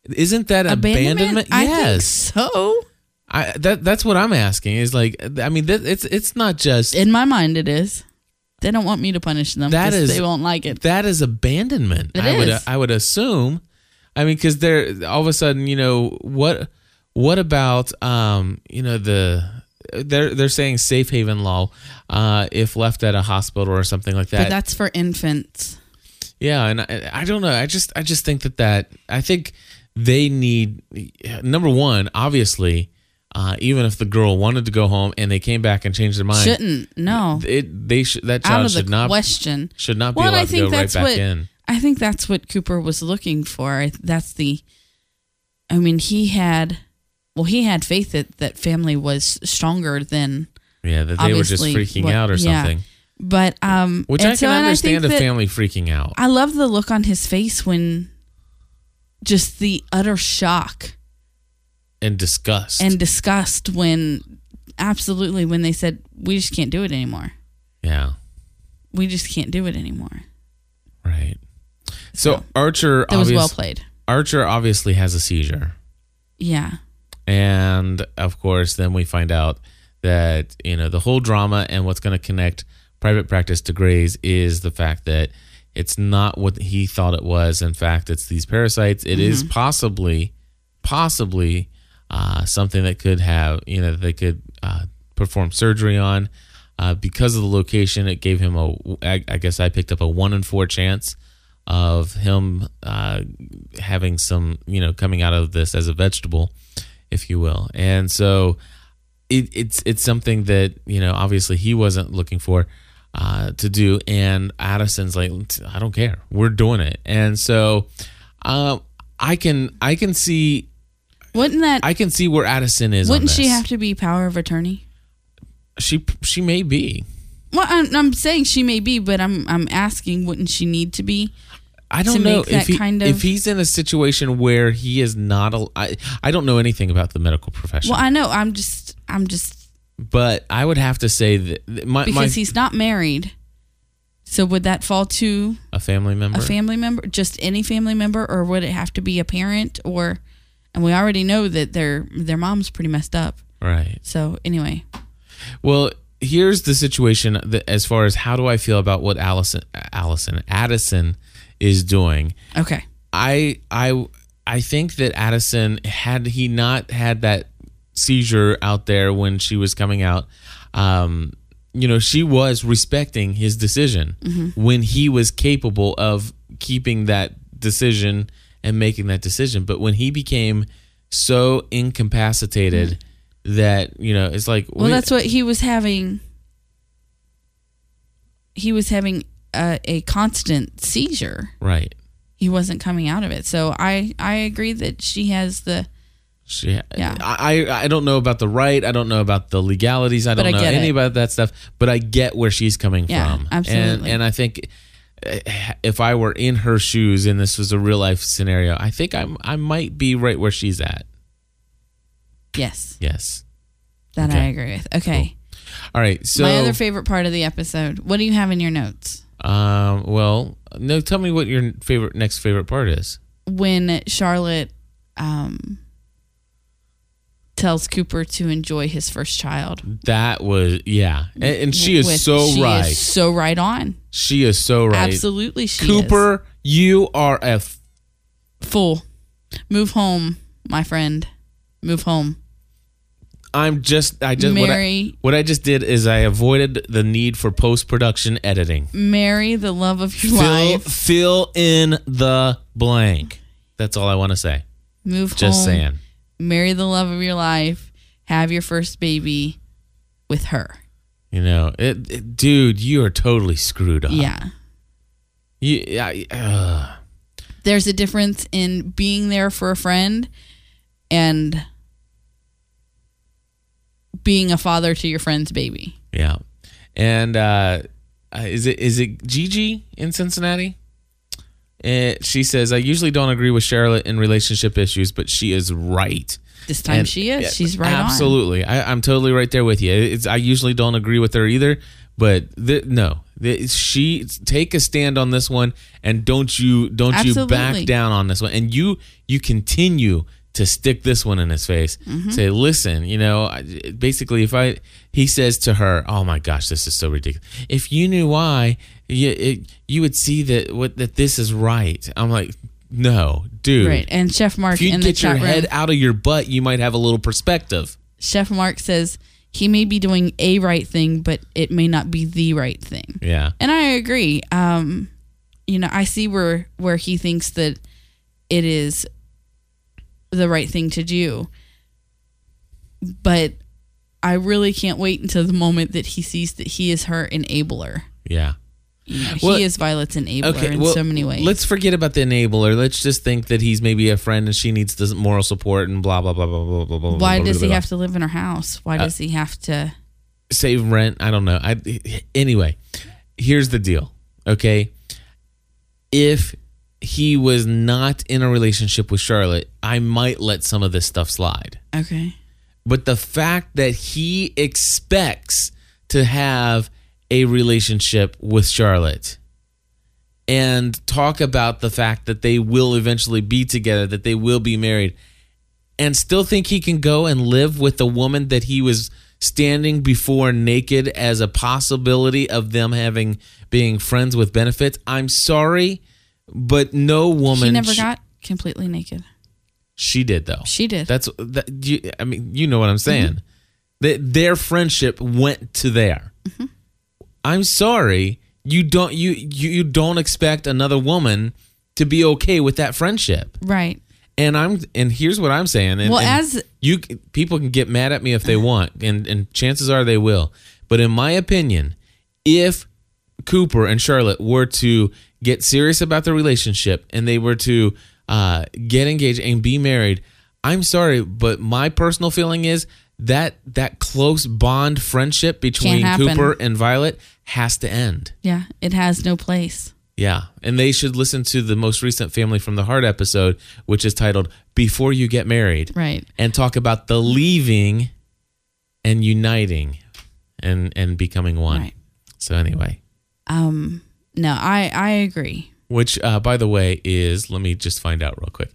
Speaker 1: Isn't that abandonment?
Speaker 2: abandonment. I think
Speaker 1: yes,
Speaker 2: so
Speaker 1: I, that that's what I'm asking. Is like, I mean, that, it's it's not just
Speaker 2: in my mind it is. They don't want me to punish them.
Speaker 1: That
Speaker 2: 'cause
Speaker 1: is-
Speaker 2: they won't like it.
Speaker 1: that is abandonment.
Speaker 2: It
Speaker 1: I would
Speaker 2: is.
Speaker 1: I would assume. I mean, because they're all of a sudden, you know what? What about um, you know the they're they're saying safe haven law uh, if left at a hospital or something like
Speaker 2: But
Speaker 1: that.
Speaker 2: that's for infants.
Speaker 1: yeah, and I, I don't know. I just I just think that that I think they need number one obviously. Uh, even if the girl wanted to go home and they came back and changed their mind,
Speaker 2: Shouldn't. No.
Speaker 1: it they should that
Speaker 2: Out
Speaker 1: child
Speaker 2: of the
Speaker 1: should not
Speaker 2: question.
Speaker 1: should not be
Speaker 2: Well, and
Speaker 1: allowed
Speaker 2: I think
Speaker 1: to go right
Speaker 2: that's
Speaker 1: back
Speaker 2: what
Speaker 1: in.
Speaker 2: I think that's what Cooper was looking for. I- That's the, I mean, he had, well, he had faith that that family was stronger than,
Speaker 1: Yeah, that they were just
Speaker 2: obviously,
Speaker 1: freaking
Speaker 2: what-
Speaker 1: out or
Speaker 2: yeah.
Speaker 1: something.
Speaker 2: but um,
Speaker 1: Which
Speaker 2: and
Speaker 1: I
Speaker 2: so-
Speaker 1: can
Speaker 2: and
Speaker 1: understand a
Speaker 2: think that-
Speaker 1: family freaking out.
Speaker 2: I love the look on his face when, just the utter shock
Speaker 1: and disgust.
Speaker 2: and disgust when, absolutely when they said we just can't do it anymore.
Speaker 1: yeah,
Speaker 2: We just can't do it anymore.
Speaker 1: right. So, Archer
Speaker 2: That was
Speaker 1: obvious-
Speaker 2: well played.
Speaker 1: Archer obviously has a seizure.
Speaker 2: Yeah.
Speaker 1: And of course, then we find out that, you know, the whole drama and what's going to connect private practice to Gray's is the fact that it's not what he thought it was. In fact, it's these parasites. It is possibly, possibly uh, something that could have, you know, they could uh, perform surgery on. Uh, because of the location, it gave him a, I, I guess I picked up a one in four chance of him uh, having some, you know, coming out of this as a vegetable, if you will. And so it, it's it's something that you know obviously he wasn't looking for uh, to do, and Addison's like, I don't care, we're doing it. And so um, I can I can see
Speaker 2: Wouldn't that?
Speaker 1: I can see where Addison is. on
Speaker 2: wouldn't she
Speaker 1: this.
Speaker 2: have to be power of attorney?
Speaker 1: She she may be.
Speaker 2: Well, I'm, I'm saying she may be, but I'm I'm asking, wouldn't she need to be?
Speaker 1: I don't
Speaker 2: to
Speaker 1: know
Speaker 2: make
Speaker 1: if
Speaker 2: that
Speaker 1: he,
Speaker 2: kind
Speaker 1: if
Speaker 2: of-
Speaker 1: he's in a situation where he is not. Al- I I don't know anything about the medical profession,
Speaker 2: Well, I know. I'm just I'm just
Speaker 1: but I would have to say that that my,
Speaker 2: because
Speaker 1: my
Speaker 2: he's not married. So would that fall to
Speaker 1: a family member.
Speaker 2: a family member, just any family member, or would it have to be a parent? Or, and we already know that their their mom's pretty messed up.
Speaker 1: right.
Speaker 2: So anyway,
Speaker 1: Well, here's the situation that, as far as how do I feel about what Allison, Allison, Addison is doing.
Speaker 2: okay,
Speaker 1: I, I, I think that Addison had he not had that seizure out there when she was coming out, um, you know, she was respecting his decision
Speaker 2: Mm-hmm.
Speaker 1: when he was capable of keeping that decision and making that decision. But when he became so incapacitated that you know, it's like
Speaker 2: Mm-hmm. well
Speaker 1: wait-
Speaker 2: that's what he was having. He was having a, a constant seizure.
Speaker 1: right.
Speaker 2: he wasn't coming out of it. So I I agree that she has the
Speaker 1: She,
Speaker 2: Yeah.
Speaker 1: I, I I don't know about the right. I don't know about the legalities. I
Speaker 2: But
Speaker 1: don't
Speaker 2: I
Speaker 1: know
Speaker 2: get
Speaker 1: any
Speaker 2: it.
Speaker 1: about that stuff. But I get where she's coming
Speaker 2: Yeah,
Speaker 1: from. And
Speaker 2: absolutely.
Speaker 1: and I think eh, if I were in her shoes and this was a real life scenario, I think I'm I might be right where she's at.
Speaker 2: yes
Speaker 1: Yes.
Speaker 2: that I
Speaker 1: Okay.
Speaker 2: agree with. Okay,
Speaker 1: All right. So
Speaker 2: my other favorite part of the episode. What do you have in your notes?
Speaker 1: um well no tell me what your favorite next favorite part is.
Speaker 2: When Charlotte um tells Cooper to enjoy his first child,
Speaker 1: That was yeah. And, and she is
Speaker 2: With-
Speaker 1: so
Speaker 2: she
Speaker 1: right.
Speaker 2: is so right on.
Speaker 1: she is so right.
Speaker 2: Absolutely, she is.
Speaker 1: Cooper, you are a f-
Speaker 2: Fool. Move home, my friend. Move home.
Speaker 1: I'm just I just what I-
Speaker 2: Mary.
Speaker 1: What I just did is I avoided the need for post production editing.
Speaker 2: Marry the love of your
Speaker 1: Fill,
Speaker 2: life.
Speaker 1: fill in the blank. That's all I want to say.
Speaker 2: Move
Speaker 1: Just
Speaker 2: home.
Speaker 1: saying.
Speaker 2: Marry the love of your life. Have your first baby with her.
Speaker 1: You know, it, it- dude, you are totally screwed up.
Speaker 2: Yeah.
Speaker 1: You, I, ugh.
Speaker 2: There's a difference in being there for a friend and being a father to your friend's baby.
Speaker 1: yeah. And uh, is it is it Gigi in Cincinnati? Eh, she says, I usually don't agree with Charlotte in relationship issues, but she is right.
Speaker 2: This time
Speaker 1: And-
Speaker 2: she is.
Speaker 1: yeah,
Speaker 2: She's right on.
Speaker 1: absolutely. I, I'm totally right there with you. It's, I usually don't agree with her either, but th- no, Th- she take a stand on this one, and don't you don't you back
Speaker 2: Absolutely.
Speaker 1: down on this one, and you you continue to stick this one in his face.
Speaker 2: Mm-hmm.
Speaker 1: Say, listen, you know, I- basically, if I he says to her, oh my gosh, this is so ridiculous. If you knew why, you it, you would see that what that this is right. I'm like. No, dude.
Speaker 2: Right. And Chef Mark
Speaker 1: If you
Speaker 2: in the
Speaker 1: get your
Speaker 2: chat room.
Speaker 1: head out of your butt, you might have a little perspective.
Speaker 2: Chef Mark says he may be doing a right thing, but it may not be the right thing.
Speaker 1: Yeah.
Speaker 2: And I agree. Um, you know, I see where where he thinks that it is the right thing to do. But I really can't wait until the moment that he sees that he is her enabler.
Speaker 1: Yeah.
Speaker 2: You know,
Speaker 1: Well,
Speaker 2: he is Violet's enabler in so many ways.
Speaker 1: Let's forget about the enabler. Let's just think that he's maybe a friend and she needs the moral support and blah blah blah blah blah blah blah.
Speaker 2: Why
Speaker 1: blah,
Speaker 2: does
Speaker 1: blah,
Speaker 2: he
Speaker 1: blah.
Speaker 2: have to live in her house? Why does he have to?
Speaker 1: save rent? I don't know. I anyway. Here's the deal. Okay, if he was not in a relationship with Charlotte, I might let some of this stuff slide.
Speaker 2: Okay.
Speaker 1: but the fact that he expects to have a relationship with Charlotte and talk about the fact that they will eventually be together, that they will be married, and still think he can go and live with the woman that he was standing before naked as a possibility of them having being friends with benefits. I'm sorry, but no woman
Speaker 2: She never
Speaker 1: sh-
Speaker 2: got completely naked.
Speaker 1: she did though.
Speaker 2: She did.
Speaker 1: That's that. You, I mean, you know what I'm saying. That their friendship went to there. I'm sorry, you don't you, you you don't expect another woman to be okay with that friendship.
Speaker 2: right.
Speaker 1: And I'm and here's what I'm saying. And,
Speaker 2: Well,
Speaker 1: and
Speaker 2: as-
Speaker 1: you c- people can get mad at me if they want, and and chances are they will. But in my opinion, if Cooper and Charlotte were to get serious about their relationship and they were to uh, get engaged and be married, I'm sorry, but my personal feeling is that that close bond friendship between
Speaker 2: happen.
Speaker 1: Cooper and Violet has to end.
Speaker 2: Yeah, it has no place.
Speaker 1: Yeah, and they should listen to the most recent Family from the Heart episode, which is titled Before You Get Married,
Speaker 2: Right.
Speaker 1: and talk about the leaving and uniting and and becoming one.
Speaker 2: Right.
Speaker 1: So anyway,
Speaker 2: Um no, I I agree.
Speaker 1: which uh, by the way is let me just find out real quick.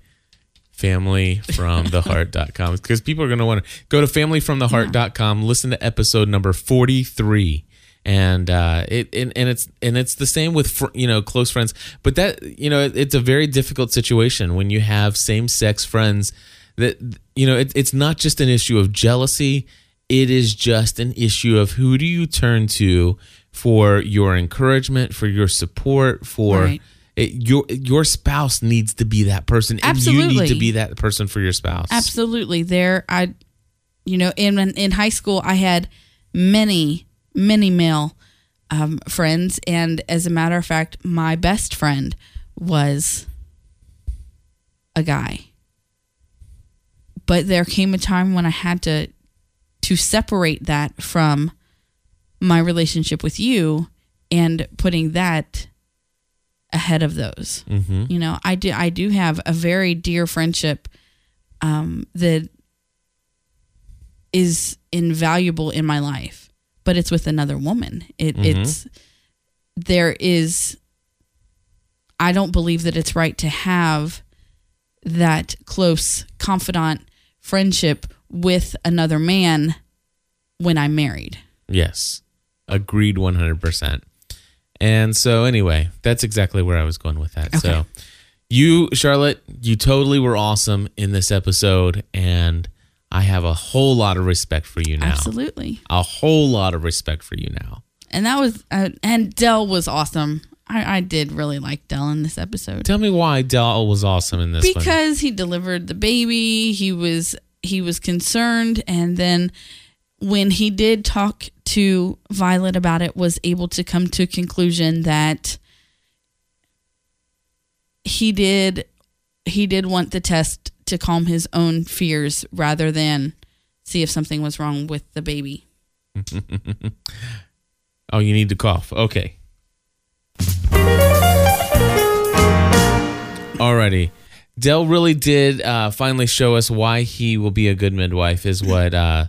Speaker 1: Familyfromtheheart.com because people are going to want to go to familyfromtheheart.com, listen to episode number 43. And uh, it and, and it's and it's the same with fr- you know close friends, but that you know it, it's a very difficult situation when you have same sex friends. That you know it, it's not just an issue of jealousy; it is just an issue of who do you turn to for your encouragement, for your support, for
Speaker 2: Right.
Speaker 1: it, your your spouse needs to be that person, and you need to
Speaker 2: Absolutely.
Speaker 1: be that person for your spouse.
Speaker 2: Absolutely. There I you know, in in high school I had many many male um, friends and as a matter of fact, my best friend was a guy. But there came a time when I had to to separate that from my relationship with you and putting that ahead of those.
Speaker 1: Mm-hmm.
Speaker 2: You know, I do I do have a very dear friendship um, that is invaluable in my life, but it's with another woman. It it's there is I don't believe that it's right to have that close confidant friendship with another man when I'm married.
Speaker 1: Yes. Agreed 100%. And so, anyway, that's exactly where I was going with that. So, you, Charlotte, you totally were awesome in this episode. And I have a whole lot of respect for you now.
Speaker 2: Absolutely.
Speaker 1: A whole lot of respect for you now.
Speaker 2: And that was uh, and Dell was awesome. I, I did really like Dell in this episode.
Speaker 1: Tell me why Dell was awesome in this one.
Speaker 2: because he delivered the baby he was he was concerned and then when he did talk to violet about it was able to come to a conclusion that he did he did want the test to calm his own fears rather than see if something was wrong with the baby
Speaker 1: Oh, you need to cough. Okay. Alrighty. Dell really did uh, finally show us why he will be a good midwife, is what uh,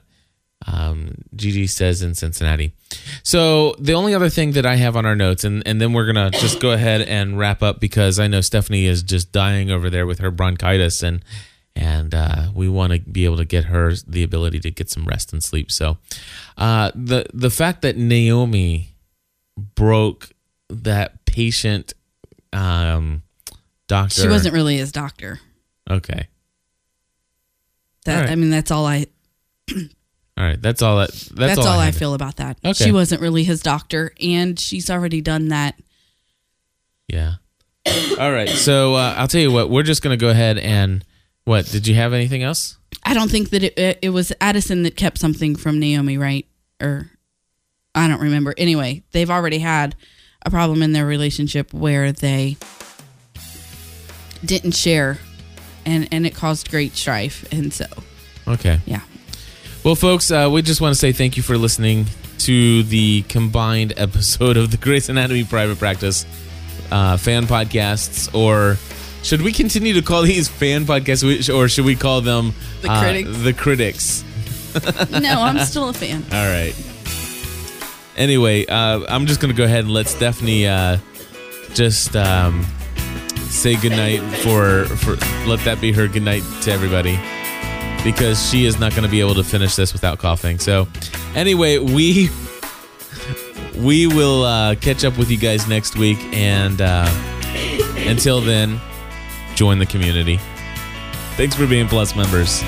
Speaker 1: um, Gigi says in Cincinnati. So the only other thing that I have on our notes, and, and then we're gonna just go ahead and wrap up because I know Stephanie is just dying over there with her bronchitis, and and uh, we want to be able to get her the ability to get some rest and sleep. So uh, the the fact that Naomi broke that patient um, doctor,
Speaker 2: she wasn't really his doctor
Speaker 1: okay.
Speaker 2: that
Speaker 1: Alright.
Speaker 2: i mean that's all i
Speaker 1: All right, that's all that. That's,
Speaker 2: That's, all, I,
Speaker 1: had.
Speaker 2: feel about that.
Speaker 1: Okay.
Speaker 2: She wasn't really his doctor, and she's already done that.
Speaker 1: Yeah. All right. So uh, I'll tell you what. We're just gonna go ahead and what did you have anything else?
Speaker 2: I don't think that it, it, it was Addison that kept something from Naomi, right? Or I don't remember. Anyway, they've already had a problem in their relationship where they didn't share, and and it caused great strife. And so,
Speaker 1: Okay.
Speaker 2: yeah,
Speaker 1: Well, folks, uh, we just want to say thank you for listening to the combined episode of the Grey's Anatomy Private Practice uh, fan podcasts. Or should we continue to call these fan podcasts, We- or should we call them
Speaker 2: The
Speaker 1: uh,
Speaker 2: critics.
Speaker 1: The critics.
Speaker 2: no, I'm still a fan.
Speaker 1: All right. Anyway, uh, I'm just going to go ahead and let Stephanie uh, just um, say goodnight for, for, let that be her goodnight to everybody because she is not going to be able to finish this without coughing. So, anyway, we. We will uh, catch up with you guys next week, and uh, until then, join the community. Thanks for being Plus members.